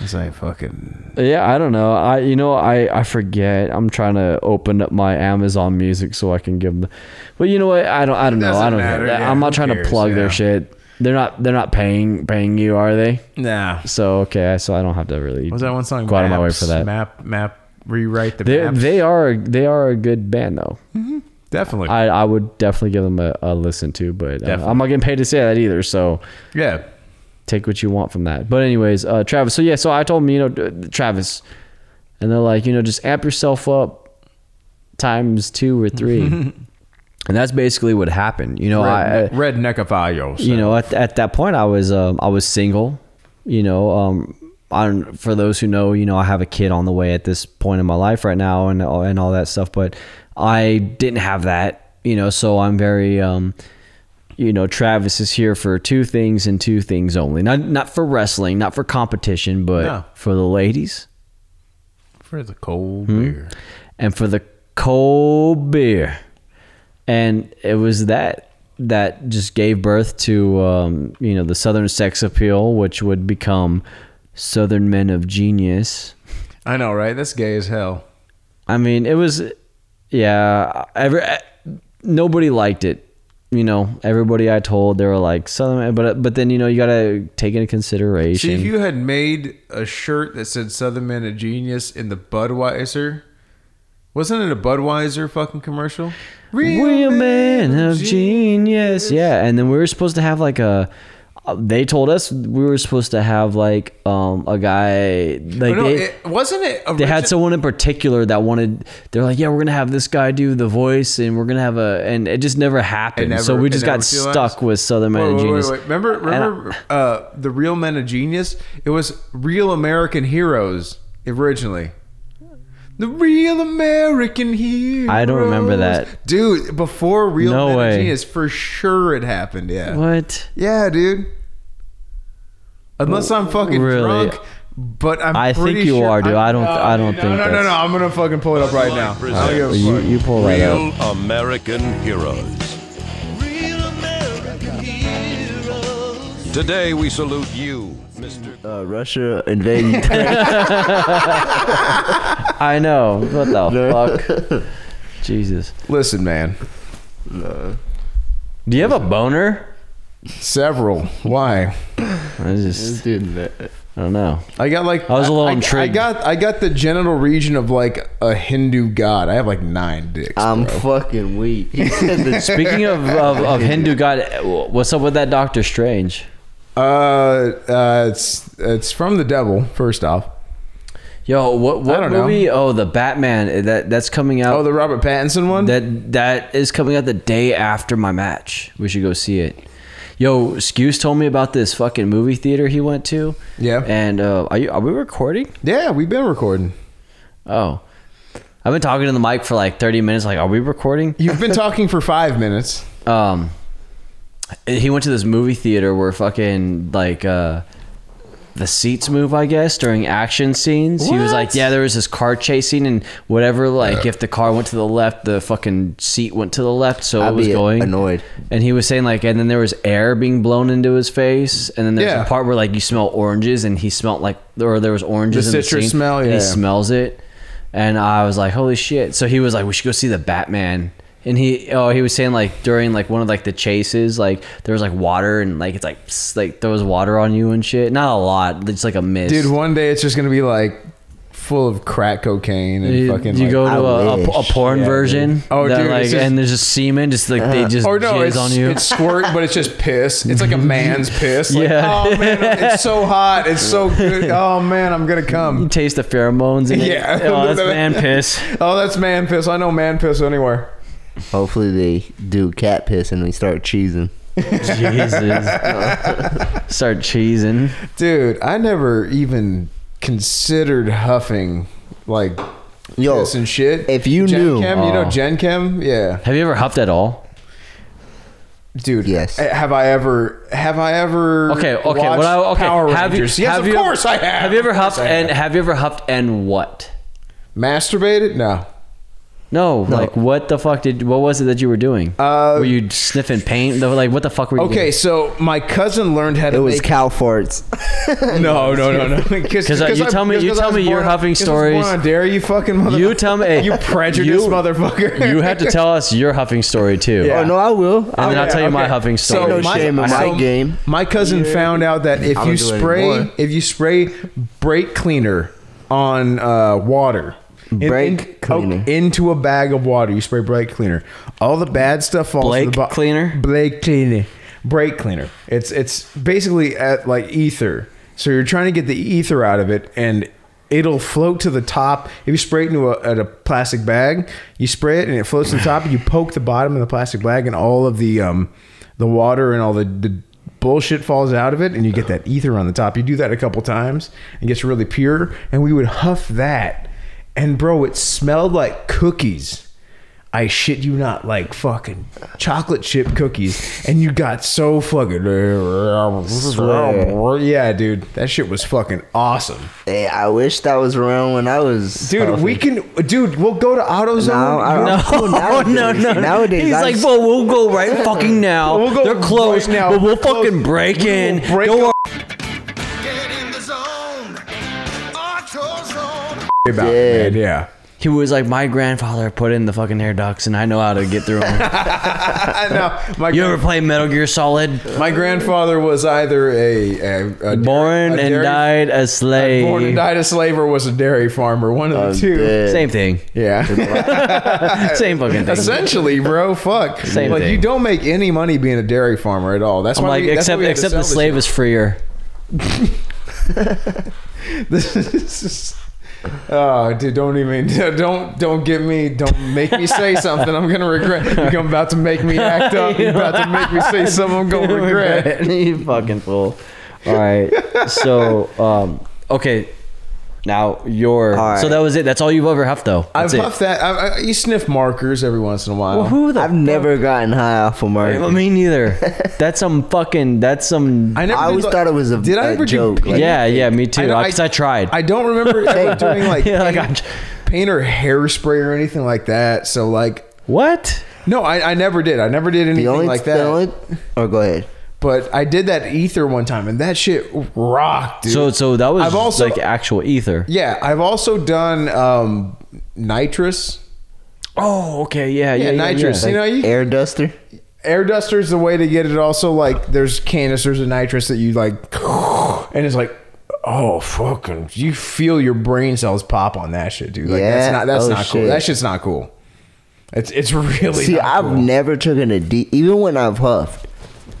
S2: as I fucking.
S1: Yeah, I don't know. I you know I I forget. I'm trying to open up my Amazon Music so I can give them. But you know what? I don't I don't know. I
S2: doesn't
S1: don't
S2: matter,
S1: know.
S2: yeah,
S1: I'm
S2: who
S1: not trying
S2: cares,
S1: to plug
S2: yeah.
S1: their shit. They're not they're not paying paying you, are they?
S2: Nah.
S1: So okay, so I don't have to really.
S2: What was that one song?
S1: Go out of my way
S2: Maps,
S1: for that.
S2: Map map rewrite the
S1: They
S2: maps.
S1: they are they are a good band though.
S2: definitely.
S1: I I would definitely give them a, a listen to, but uh,
S2: Definitely.
S1: I'm not getting paid to say that either. So
S2: yeah.
S1: take what you want from that. But anyways, uh, Travis. So yeah, so I told him, you know, d- Travis, and they're like, you know, just amp yourself up times two or three, and that's basically what happened. You know, I, I
S2: redneck of Ayos.
S1: you know at, at that point I was um, I was single. You know, um, I don't- for those who know, you know, I have a kid on the way at this point in my life right now, and all- and all that stuff. But I didn't have that. You know, so I'm very. Um, you know, Travis is here for two things and two things only. Not not for wrestling, not for competition, but
S2: No.
S1: for the ladies
S2: for the cold
S1: Hmm?
S2: beer.
S1: and for the cold beer. And it was that that just gave birth to um, you know the Southern sex appeal, which would become Southern men of genius.
S2: I know, right? That's gay as hell.
S1: I mean, it was yeah. Every eh, nobody liked it. You know, everybody I told they were like Southern, but but then you know you gotta take into consideration.
S2: See, if you had made a shirt that said Southern Man of Genius in the Budweiser, wasn't it a Budweiser fucking commercial?
S1: Real man of genius. Yeah, and then we were supposed to have like a. uh, They told us we were supposed to have like um a guy like
S2: Oh, no,
S1: they
S2: it, wasn't it.
S1: they
S2: origi-
S1: had someone in particular that wanted. They're like, yeah, we're gonna have this guy do the voice, and we're gonna have a, and it just never happened.
S2: never-
S1: so we
S2: it
S1: just
S2: never
S1: got
S2: realized?
S1: stuck with Southern Man
S2: Wait,
S1: of
S2: wait,
S1: Genius.
S2: wait, wait. Remember,
S1: I-
S2: remember uh, the Real Men of Genius? It was Real American Heroes originally. The Real American Heroes.
S1: I don't remember that.
S2: dude. Before Real
S1: No
S2: Men
S1: way.
S2: of Genius, for sure it happened. Yeah,
S1: What?
S2: yeah, dude. Unless I'm fucking
S1: Oh, Really?
S2: drunk, but I'm.
S1: I think
S2: pretty
S1: you
S2: sure-
S1: are, dude. I don't. I don't
S2: no,
S1: think.
S2: No, no,
S1: that's-
S2: no. I'm gonna fucking pull it up right now. I don't give a
S1: You,
S2: fuck.
S1: you pull that up.
S4: Real American heroes. Today we salute you, Mr.
S5: Uh, Russia invading.
S1: I know. What the fuck? Jesus.
S2: Listen, man.
S1: Do you have a boner?
S2: Several. Why?
S1: I just.
S5: Dude,
S1: I don't know.
S2: I got like
S1: I was a little
S2: I,
S1: intrigued.
S2: I got I got the genital region of like a Hindu god. I have like nine dicks.
S5: I'm
S2: bro.
S5: fucking weak. He said the
S1: Speaking of, of, of Hindu God, what's up with that Doctor Strange?
S2: uh, uh, it's it's from the devil. First off,
S1: Yo, what
S2: I
S1: what
S2: don't know.
S1: movie? Oh, the Batman that that's coming out.
S2: oh the Robert Pattinson one.
S1: that that is coming out the day after my match. We should go see it. Yo, Skews told me about this fucking movie theater he went to.
S2: Yeah.
S1: And uh, are you are we recording?
S2: yeah, we've been recording.
S1: Oh, I've been talking to the mic for like thirty minutes. Like, are we recording?
S2: You've been talking for five minutes.
S1: um he went to this movie theater where fucking like uh the seats move i guess during action scenes he was like
S2: What?
S1: yeah there was this car chasing and whatever like if the car went to the left the fucking seat went to the left so
S5: I'd
S1: it was
S5: be
S1: going
S5: annoyed.
S1: and he was saying like and then there was air being blown into his face and then there's
S2: Yeah.
S1: a part where like you smell oranges and he smelled like or there was oranges
S2: The
S1: in
S2: citrus
S1: the scene,
S2: smell,
S1: and he
S2: yeah.
S1: smells it and i was like holy shit so he was like we should go see the batman and he oh he was saying like during like one of like the chases like there was like water and like it's like pss, like throws water on you and shit not a lot just like a mist
S2: Dude, one day it's just gonna be like full of crack cocaine and
S1: you,
S2: fucking.
S1: you
S2: like-
S1: go
S5: I
S1: to a, a, a
S5: wish.
S1: porn version
S2: Oh,
S1: that,
S2: dude, it's
S1: like,
S2: just-
S1: and there's just semen just like they just
S2: Or Oh, no,
S1: jizz
S2: it's,
S1: on you
S2: it's squirt, but it's just piss. It's like a man's piss. Like,
S1: Yeah.
S2: Oh man, it's so hot. It's so good. Oh man, I'm gonna come.
S1: you taste the pheromones and
S2: Yeah.
S1: it, oh, that's man piss
S2: Oh, that's man piss. I know man piss anywhere.
S5: Hopefully they do cat piss and we start cheesing.
S1: Jesus. Start cheesing.
S2: Dude, I never even considered huffing like
S5: Yo,
S2: piss and shit.
S5: if you
S2: Gen
S5: knew-
S2: Chem, you
S1: Oh.
S2: know Gen Chem? Yeah.
S1: Have you ever huffed at all?
S2: Dude,
S5: Yes.
S2: eh, Have I ever have I ever
S1: Okay, okay.
S2: watched
S1: What I, okay.
S2: Power
S1: have
S2: Rangers?
S1: you,
S2: yes,
S1: have
S2: of
S1: you-
S2: course I have.
S1: Have you ever
S2: Of course
S1: huffed
S2: I have.
S1: and have you ever huffed and what?
S2: masturbated? No.
S1: No, like what the fuck did what was it that you were doing?
S2: Uh,
S1: were you sniffing paint? Though, Like what the fuck were you
S2: Okay,
S1: doing?
S2: so my cousin learned how to
S5: It was
S2: make
S5: cow farts.
S2: No, no, no, no.
S1: Because, uh, you tell me- you tell me your huffing stories.
S2: On dare you fucking motherfucker.
S1: You tell me- hey,
S2: you prejudiced
S1: you-
S2: motherfucker.
S1: You have to tell us your huffing story too.
S2: Yeah.
S5: Oh no, I will.
S1: And then I'll
S2: yeah,
S1: tell you my
S2: okay.
S1: huffing
S2: So
S1: story.
S5: no shame in
S1: I
S5: my
S1: have-
S2: so
S5: game.
S2: My cousin found out that if
S5: I
S2: you
S5: don't do it anymore.
S2: spray if you spray brake cleaner on uh, water. in-
S5: Brake cleaner.
S2: oh, into a bag of water. You spray brake cleaner. All the bad stuff falls. to
S1: Blake
S2: the bo-
S1: cleaner?
S2: Blake cleaner. brake cleaner. It's it's basically at like ether. So you're trying to get the ether out of it, and it'll float to the top. If you spray it into a, at a plastic bag, you spray it and it floats to the top. You poke the bottom of the plastic bag, and all of the um, the water and all the, the bullshit falls out of it, and you get that ether on the top. You do that a couple times, and it gets really pure. And we would huff that, and bro, it smelled like cookies. I shit you not, like fucking chocolate chip cookies, and you got so fucking
S5: Swear.
S2: yeah, dude. That shit was fucking awesome,
S5: Hey, I wish that was around when I was.
S2: dude. We can, dude. We'll go to AutoZone.
S5: No, I don't-
S2: You're-
S5: Cool, nowadays-
S1: Oh, no, no.
S5: nowadays,
S1: He's
S5: I'm
S1: like,
S5: s-
S1: well, we'll go right fucking now.
S2: We'll go
S1: They're close
S2: right now.
S1: but we'll
S2: Close.
S1: fucking break
S2: We will
S1: in.
S2: break
S1: Go
S2: up.
S4: Get in the zone.
S2: about
S5: Yeah.
S2: it, man. Yeah,
S1: He was like, my grandfather put in the fucking hair ducts, and I know how to get through them.
S2: I know. My
S1: you ever play Metal Gear Solid?
S2: my grandfather was either a, a, a
S1: Born and
S2: a dairy-
S1: died a slave.
S2: born and died a slave or was a dairy farmer, one of the two.
S5: dead.
S1: Same thing.
S2: Yeah,
S1: Same fucking thing.
S2: essentially, bro. Fuck.
S1: Same
S2: like
S1: thing.
S2: you don't make any money being a dairy farmer at all. That's
S1: I'm
S2: why.
S1: like,
S2: we, that's why
S1: except
S2: we had to
S1: except
S2: sell
S1: the
S2: this
S1: slave is freer.
S2: This is- oh, dude, don't even don't don't get me don't make me say something I'm gonna regret. You're about to make me act up. You're about to make me say something I'm gonna regret.
S1: you fucking fool. All right. So, um, okay. Now your.
S5: All right.
S1: So that was it. That's all you've ever huffed, though.
S2: I've
S1: That's it.
S2: huffed that. I, I, you sniff markers every once in a while.
S1: Well, who the?
S5: I've never gotten high off of Mark.
S1: Me neither. That's some fucking. That's some.
S2: I, never
S5: I
S2: did
S5: always
S2: like-
S5: thought it was a,
S2: Did I
S5: a
S2: ever do
S5: joke.
S2: pee?
S5: like-
S1: yeah, yeah, me too.
S2: I know, I-
S1: Because I, tried.
S2: I don't remember ever doing like,
S1: Yeah, like I-
S2: paint, paint or hairspray or anything like that. So like,
S1: what?
S2: no, I, I never did. I never did anything
S5: The only
S2: like that.
S5: The only, oh, go ahead.
S2: but I did that ether one time, and that shit rocked, dude.
S1: So, so that was
S2: I've also-
S1: like actual ether.
S2: Yeah, I've also done um, nitrous.
S1: Oh, okay, yeah, yeah,
S2: Yeah,
S1: yeah
S2: nitrous.
S1: yeah.
S2: You know, you, air,
S5: Air duster.
S2: duster's the way to get it. Also, like there's canisters of nitrous that you like, and it's like, oh fucking, you feel your brain cells pop on that shit, dude. Like
S5: Yeah,
S2: that's not that's
S5: oh,
S2: not cool.
S5: shit.
S2: That shit's not cool. It's it's really
S5: See,
S2: not
S5: I've
S2: cool.
S5: never taken a deep. Even when I've huffed,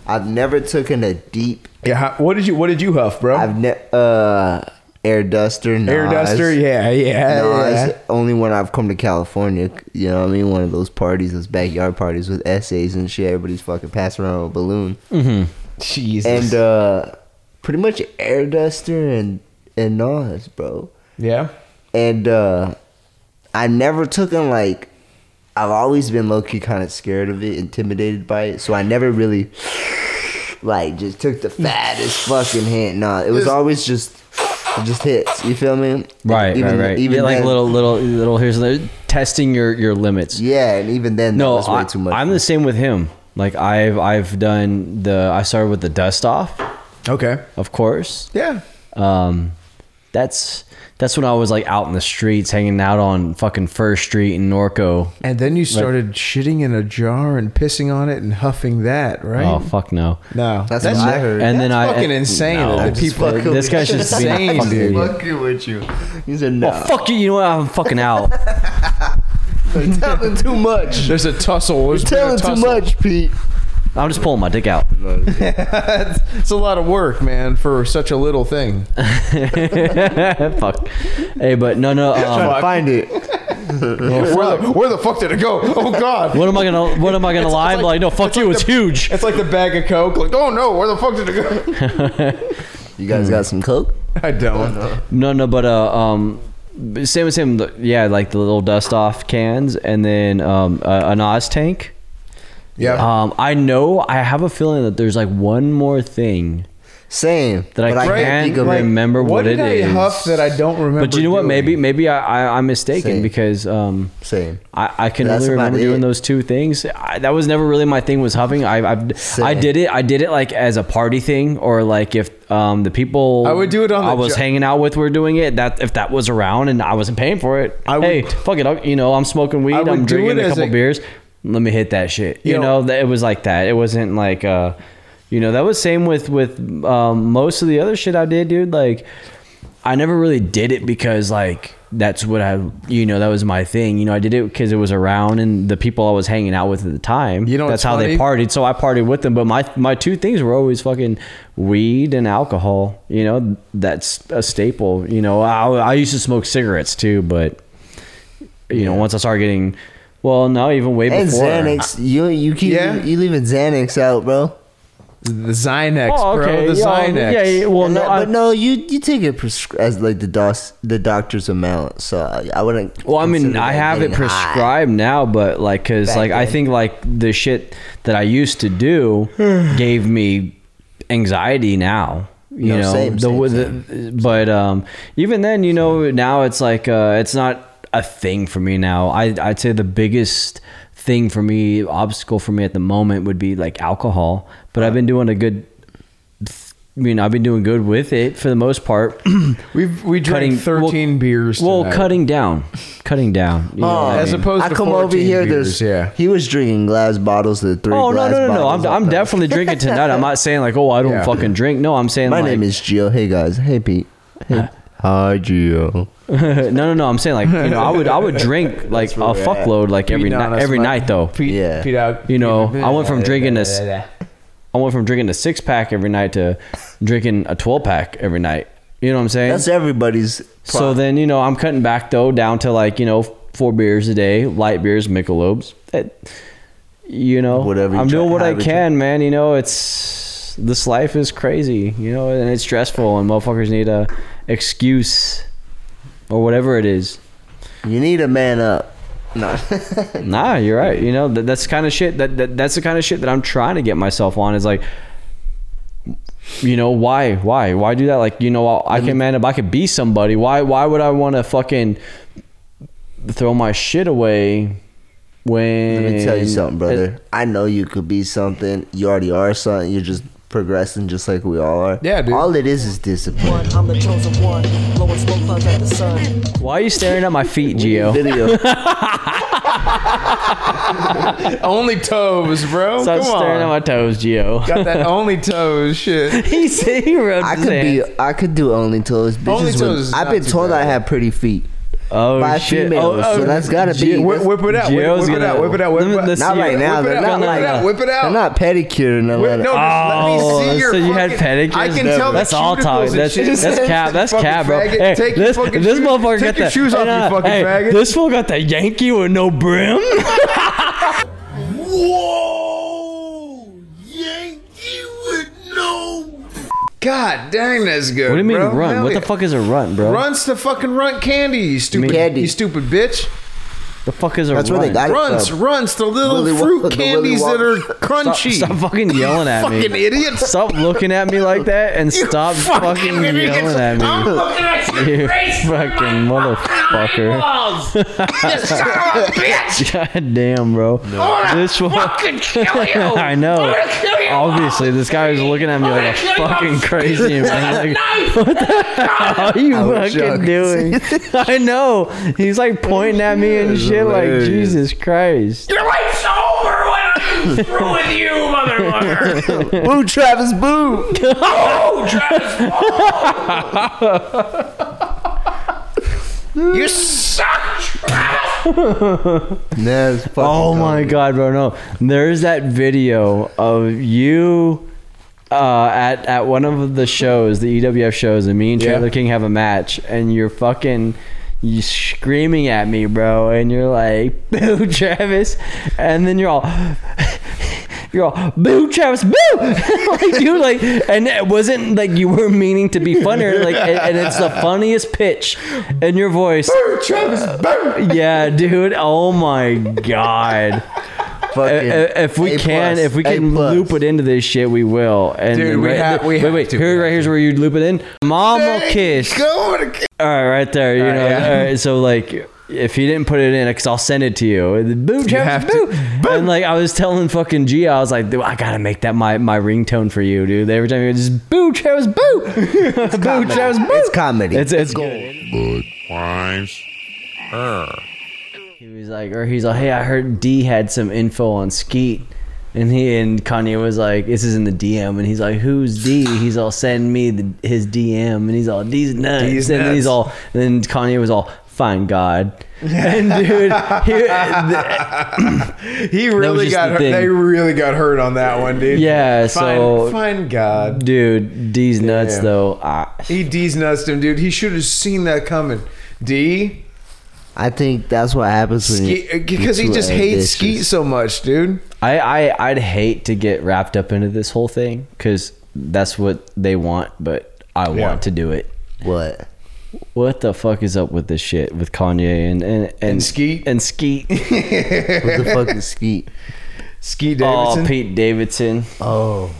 S5: I've never taken a deep.
S2: yeah. how- What did you What did you huff, bro?
S5: I've never uh, air duster. Nas,
S2: air duster. Yeah, yeah,
S5: No,
S2: yeah.
S5: it's only when I've come to California. You know what I mean? One of those parties, those backyard parties with essays and shit. Everybody's fucking passing around a balloon.
S2: Mm. Jesus.
S5: And uh, pretty much air duster and, and Nas, bro.
S2: yeah.
S5: And uh, I never took them like. I've always been low key kind of scared of it, intimidated by it. So I never really like just took the fattest fucking hit. Nah, it was always just just hits. You feel me?
S1: Right,
S5: even,
S1: right, right.
S5: Even
S1: yeah, like
S5: then-
S1: little, little, little. Here's the- testing your your limits.
S5: Yeah, and even then,
S1: no,
S5: that was way
S1: I,
S5: too much.
S1: I'm the same with him. Like I've I've done the. I started with the dust off,
S2: Okay.
S1: of course.
S2: Yeah.
S1: Um, that's that's when I was like out in the streets, hanging out on fucking First Street in Norco.
S2: And then you started shitting in a jar and pissing on it and huffing that, right?
S1: Oh fuck no.
S2: No,
S5: That's what I heard.
S1: And
S2: And
S1: then
S2: then
S1: I-
S2: fucking
S1: and-
S2: insane.
S1: no,
S2: that
S1: just
S2: people,
S5: fucking-
S1: This guy's just being a
S2: Insane,
S1: fucking
S2: dude.
S1: idiot.
S5: fucking with you. He said no.
S1: Well, Oh, fuck you. You know what? I'm fucking out.
S5: You're telling too much.
S2: there's a tussle. There's been
S5: telling
S2: a
S5: too
S2: tussle.
S5: much, Pete.
S1: I'm just pulling my dick out.
S2: It's a lot of work, man, for such a little thing.
S1: fuck. Hey, but no, no. Um,
S5: Trying to find it.
S2: where, the, where the fuck did it go? Oh God!
S1: What am I gonna? What am I gonna lie? like, no, fuck you. it's huge.
S2: It's like the bag of coke. Like, oh no, where the fuck did it go?
S5: You guys got some coke?
S2: I don't.
S1: No, no, but uh, um, same as him. the- Yeah, like the little dust off cans, and then um, a, an Oz tank.
S2: Yeah.
S1: Um, I know. I have a feeling that there's like one more thing
S5: Same.
S1: that I
S5: but I
S1: can't
S5: can't think of
S1: like-
S5: it.
S1: remember
S2: what
S1: what
S2: did
S1: it
S2: I
S1: is.
S2: huff that I don't remember?
S1: But you know what?
S2: doing?
S1: Maybe maybe I, I I'm mistaken
S5: Same.
S1: because um
S5: Same.
S1: I, I can
S5: That's
S1: only
S5: about
S1: remember doing
S5: it.
S1: those two things. I, that was never really my thing was huffing. I I've, I
S5: Same.
S1: did it I did it like as a party thing or like if um the people
S2: I would do it on
S1: I
S2: the
S1: was
S2: jo-
S1: hanging out with were doing it that if that was around and I wasn't paying for it.
S2: I would-
S1: hey, fuck it. I'll- You know I'm smoking weed.
S2: would
S1: I'm
S2: do
S1: drinking
S2: it
S1: a
S2: as
S1: couple
S2: a-
S1: beers. Let me hit that shit. You,
S2: You
S1: know,
S2: know-
S1: that it was like that. It wasn't like uh you know that was same with with um, most of the other shit I did, dude. Like I never really did it because like that's what I, you know, that was my thing. You know, I did it because it was around and the people I was hanging out with at the time.
S2: You know
S1: that's
S2: what's
S1: how they
S2: funny?
S1: partied. So I partied with them. But my my two things were always fucking weed and alcohol. You know, that's a staple. You know, I, I used to smoke cigarettes too, but you know, once I started getting, well, no, even way
S5: And
S1: before.
S5: Xanax, you you keep
S2: Yeah.
S5: you leaving Xanax out, bro.
S2: The Zynex,
S1: Oh, okay.
S2: bro. The
S1: yeah,
S2: Zynex.
S1: yeah, yeah, well,
S5: And
S1: no,
S5: that-
S1: I,
S5: but no, you you take it prescri- as like the dos, the doctor's amount. So I, I wouldn't.
S1: Well, I mean,
S5: consider
S1: I
S5: that
S1: have it
S5: getting high.
S1: prescribed now, but like, cause
S5: Back
S1: like I
S5: then.
S1: think like the shit that I used to do gave me anxiety now. You
S5: No,
S1: know,
S5: same,
S1: the,
S5: same,
S1: the- but um, even then, you know, now it's like uh, it's not a thing for me now. I I'd say the biggest thing for me, obstacle for me at the moment would be like alcohol. But I've been doing a good. I mean, I've been doing good with it for the most part.
S2: We've we drank
S1: Cutting- well-
S2: thirteen beers.
S1: well,
S2: tonight.
S1: cutting down, cutting down. you know
S5: Oh,
S1: what I
S2: As
S1: mean?
S2: opposed
S5: I
S2: to
S5: come over
S2: 14
S5: here.
S2: beers,
S5: There's
S2: yeah.
S5: He was drinking glass bottles of the three.
S1: Oh no
S5: glass
S1: no no no! I'm,
S5: bottles
S1: I'm
S5: of-
S1: definitely drinking tonight. I'm not saying like oh I don't
S2: Yeah.
S1: fucking drink. No, I'm saying
S5: My
S1: like,
S5: name is Gio. Hey guys. Hey Pete. Hey. Hi Gio.
S1: no no no. I'm saying like you know I would I would drink like a fuckload like every
S2: Pete
S1: night
S2: Donna
S1: every
S2: smoked-
S1: night though.
S2: Pete,
S5: Yeah.
S2: Pete out.
S1: You know
S2: Pete-
S1: I went from drinking a s- I went from drinking a six pack every night to drinking a twelve pack every night. You know what I'm saying?
S5: That's everybody's.
S1: So then you know I'm cutting back though down to like you know four beers a day, light beers, Michelobes. That, you know,
S5: Whatever you
S1: I'm
S5: try-
S1: doing what I
S5: however you-
S1: can, man. You know, it's this life is crazy, you know, and it's stressful, and motherfuckers need a excuse or whatever it is.
S5: You need a man up. No.
S1: Nah, you're right. You know, that, that's the kind of shit that, that that's the kind of shit that I'm trying to get myself on. Is like, you know, why, why, why do that? Like, you know, I, I can man up. I could be somebody. Why, why would I want to fucking throw my shit away? When
S5: Let me tell you something, brother. I know you could be something. You already are something. You're just progressing, just like we all are.
S2: Yeah, dude.
S5: All it is is discipline.
S6: one. I'm the chosen one, blowing smoke clouds at the sun.
S1: Why are you staring at my feet, Gio?
S5: Video.
S2: Only toes, bro.
S1: Stop
S2: Come
S1: staring
S2: on.
S1: at my toes, Gio.
S2: Got that only toes shit.
S1: he said he rubbed
S5: I
S1: his
S5: could be.
S1: hands.
S5: I could do only toes. Bitches
S2: Only
S5: would-
S2: toes is
S5: I've
S2: not
S5: been
S2: too
S5: told
S2: bad.
S5: I have pretty feet.
S1: oh
S5: by
S1: shit!
S5: females,
S1: oh,
S5: so
S1: oh,
S5: that's gotta be-
S1: Gio-
S2: Whip, whip it out. Whip,
S1: Gio's
S2: whip it
S1: gonna-
S2: out. Whip it out. Whip
S1: Let me-
S2: it out.
S1: let's
S5: Not
S1: see
S5: right
S1: it.
S5: now.
S2: Whip it out,
S5: They're not
S2: whip it
S5: like.
S2: out, whip it
S5: They're
S2: out.
S5: not pedicured and all
S2: Whip-
S5: that.
S2: no,
S1: Oh,
S2: just let me see your
S1: so you had
S2: fucking- I
S1: pedicures?
S2: can tell the
S1: That's all
S2: cuticles
S1: talk.
S2: and
S1: That's
S2: shit.
S1: that's cap. That's
S2: Fucking
S1: cap, bro.
S2: faggot.
S1: Hey,
S2: Take your
S1: this
S2: fucking
S1: this
S2: shoes-
S1: motherfucker
S2: take
S1: got
S2: your
S1: that-
S2: shoes off,
S1: and,
S2: you
S1: uh,
S2: fucking
S1: hey,
S2: faggot.
S1: This fool got that Yankee with no brim.
S4: Whoa! Yankee with no
S2: God dang, that's good.
S1: What do you mean
S2: bro.
S1: run?
S2: Hell
S1: What the
S2: yeah.
S1: fuck is a run, bro?
S2: Run's the fucking runt candy, you stupid,
S5: Candy.
S2: you stupid bitch.
S1: The fuck is a
S5: That's
S1: run?
S5: where they got it
S2: Runts,
S5: from.
S2: runts, the little
S5: uh, Willy Wonka- the
S2: fruit
S5: Willy
S2: candies that are
S5: Wonka.
S1: Stop,
S2: crunchy.
S1: stop fucking yelling at me.
S2: fucking idiots.
S1: Stop looking at me like that and stop fucking,
S2: idiots.
S1: yelling at me.
S4: I'm looking at your
S1: You
S4: face with
S1: fucking
S4: my
S1: motherfucker.
S4: eyeballs. you son of a bitch!
S1: God damn, bro.
S4: I'm
S1: This
S4: gonna
S1: one.
S4: fucking kill you!
S1: I know.
S4: I'm gonna kill you!
S1: Obviously, this guy was looking at me like a fucking crazy man. Like,
S4: Knife!
S1: What are you
S5: was
S1: fucking
S5: shocked.
S1: doing? I know. He's like pointing at me and shit like Jesus Christ.
S4: Your life's over when I'm through with you, motherfucker!
S5: Boo, Travis, boo.
S4: Oh, Travis!
S2: You suck.
S5: That's fucking
S1: Oh my god, bro. No. There's that video of you uh, at at one of the shows, the EWF shows, and me and Trailer King have a match, and you're fucking you screaming at me, bro, and you're like, "Boo, Travis," and then you're all. You're all boo, Travis, boo, like you like, and it wasn't like you were meaning to be funnier, like, and, and it's the funniest pitch in your voice. Yeah, dude. Oh my god. I-
S5: Fucking
S1: I- Uh, if we
S5: A
S1: can,
S5: plus,
S1: if we
S5: A
S1: can
S5: plus.
S1: loop it into this shit, we will. And
S2: Dude,
S1: and
S2: we ha- we
S1: wait,
S2: have
S1: wait.
S2: to.
S1: Here, right here's where you loop it in. Mom will kiss.
S2: Go to kill.
S1: All right, right there. You know.
S2: yeah.
S1: All right. So like. If you didn't put it in, because I'll send it to you. And then Boom, Travis,
S2: have to-
S1: boo. And like I was telling fucking G, I was like, dude, I gotta make that my my ringtone for you, dude. Every time you just boo, Travis, boo, boo, Travis, boo.
S5: It's comedy.
S1: It's it's gold.
S4: Rhymes.
S1: He was like, or he's like, hey, I heard D had some info on Skeet, and he and Kanye was like, this is in the DM, and he's like, who's D? He's all send me the, his DM, and he's all D's nuts,
S2: D's
S1: and then he's
S2: nuts.
S1: all, and then Kanye was all. find God. And dude, he,
S2: He
S1: was
S2: really
S1: just
S2: got
S1: the
S2: hurt.
S1: thing.
S2: They really got hurt on that one, dude.
S1: Yeah,
S2: Fine,
S1: so-
S2: fine, God.
S1: dude, D's nuts
S2: Damn.
S1: though. I,
S2: He D's nuts him, dude. He should have seen that coming. D,
S5: I think that's what happens when you-
S2: because he
S5: you're too
S2: just hates
S5: ambitious.
S2: Skeet so much, dude.
S1: I, I I'd hate to get wrapped up into this whole thing because that's what they want, but I want
S2: Yeah.
S1: to do it.
S5: What?
S1: What the fuck is up with this shit with Kanye and and, and,
S2: Skeet?
S1: and Skeet?
S5: What the fuck is Skeet?
S2: Skeet
S1: oh,
S2: Davidson.
S1: Pete Davidson.
S5: Oh,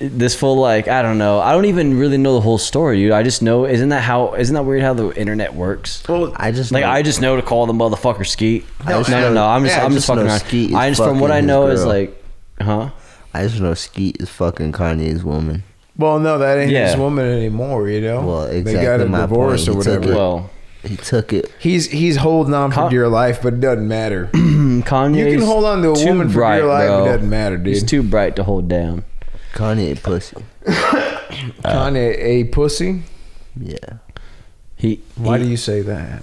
S1: This full like I don't know. I don't even really know the whole story, dude. I just know isn't that how isn't that weird how the internet works?
S5: I just
S1: Like
S5: know-
S1: I just know to call the motherfucker Skeet. No,
S5: just
S1: no, no,
S5: know-
S1: I'm just
S5: yeah, I
S1: I'm just,
S5: just know
S1: fucking around.
S5: Skeet is
S1: I just from what
S5: fucking
S1: I
S5: his
S1: know is
S5: girl.
S1: like, huh?
S5: I just know Skeet is fucking Kanye's woman.
S2: well, no, that ain't
S1: Yeah.
S2: his woman anymore. You know.
S5: Well,
S2: They got
S5: exactly
S2: a
S5: my
S2: divorce
S5: point.
S2: or
S5: He took
S2: whatever.
S5: it.
S1: Well,
S5: He took it.
S2: He's he's holding on for
S1: Con-
S2: dear life, but it doesn't matter.
S1: Kanye.
S2: You can hold on to a woman for dear life, it doesn't matter,
S1: He's
S2: dude.
S1: too bright to hold down.
S5: Kanye pussy.
S1: Uh,
S2: Kanye, a pussy.
S5: Yeah.
S1: He.
S2: Why
S1: he-
S2: do you say that?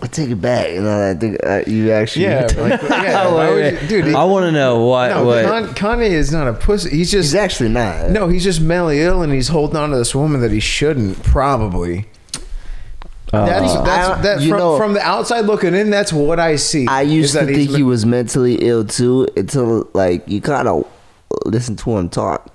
S5: I take it back. You know, I think uh, you actually.
S2: Yeah, like, yeah why would you- dude. he-
S1: I want to know what
S2: no,
S1: what.
S2: Con- Kanye is not a pussy. He's just
S5: He's actually not.
S2: no. He's just mentally ill, and he's holding on to this woman that he shouldn't probably. that's,
S5: Uh, I-
S2: that's that
S5: you
S2: from,
S5: know-
S2: from the outside looking in. That's what I see.
S5: I
S2: is
S5: used to
S2: that he's
S5: think
S2: men-
S5: he was mentally ill too until like you kind of listen to him talk.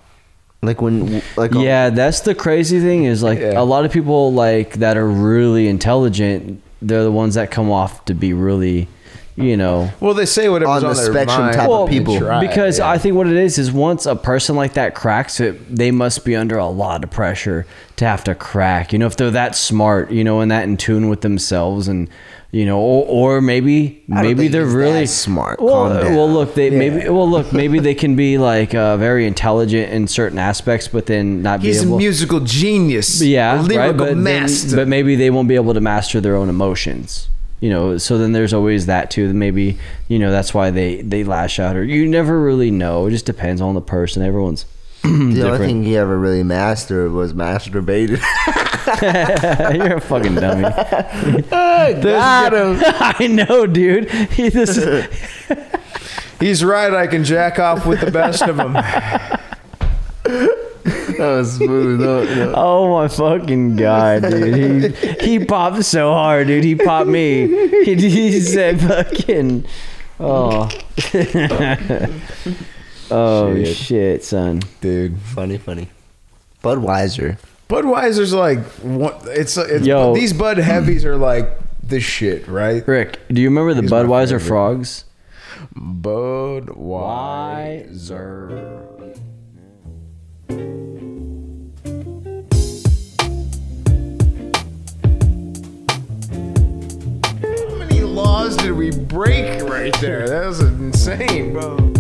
S5: Like when like on-
S1: Yeah, that's the crazy thing is like
S2: Yeah.
S1: a lot of people like that are really intelligent. They're the ones that come off to be really, you know,
S2: Well, they say whatever's on,
S5: On the
S2: their
S5: spectrum
S2: mind,
S5: type of
S2: Well,
S5: people.
S2: try,
S1: because
S2: yeah.
S1: I think what it is is once a person like that cracks it, they must be under a lot of pressure to have to crack. You know, if they're that smart, you know, and that in tune with themselves, and you know, or, or maybe
S5: don't
S1: maybe
S5: think
S1: they're
S5: he's
S1: really
S5: that smart.
S1: Well,
S5: Calm
S1: uh,
S5: down.
S1: well, look, they maybe well look maybe they can be like uh, very intelligent in certain aspects, but then not
S2: he's
S1: be
S2: a
S1: able.
S2: musical genius.
S1: yeah,
S2: a
S1: right.
S2: lyrical
S1: But, then-
S2: master.
S1: but maybe they won't be able to master their own emotions. You know, so then there's always that too. That maybe you know that's why they they lash out, or you never really know. It just depends on the person. Everyone's
S5: the only
S1: different.
S5: thing he ever really mastered was masturbated.
S1: you're a fucking dummy.
S5: Got him.
S1: I know, dude. He, this is,
S2: he's right. I can jack off with the best of them.
S5: That was smooth. No, no.
S1: oh my fucking god, dude. He he popped so hard, dude. He popped me. He, he said fucking. Oh. oh shit.
S2: Shit.
S1: son.
S2: dude.
S5: Funny, funny. Budweiser.
S2: Budweiser's like one, it's, it's
S1: Yo.
S2: these Bud heavies are like the shit, right?
S1: Rick, do you remember the
S2: He's my
S1: Budweiser
S2: favorite.
S1: frogs?
S2: Budweiser. How many laws did we break right there? That was insane, bro.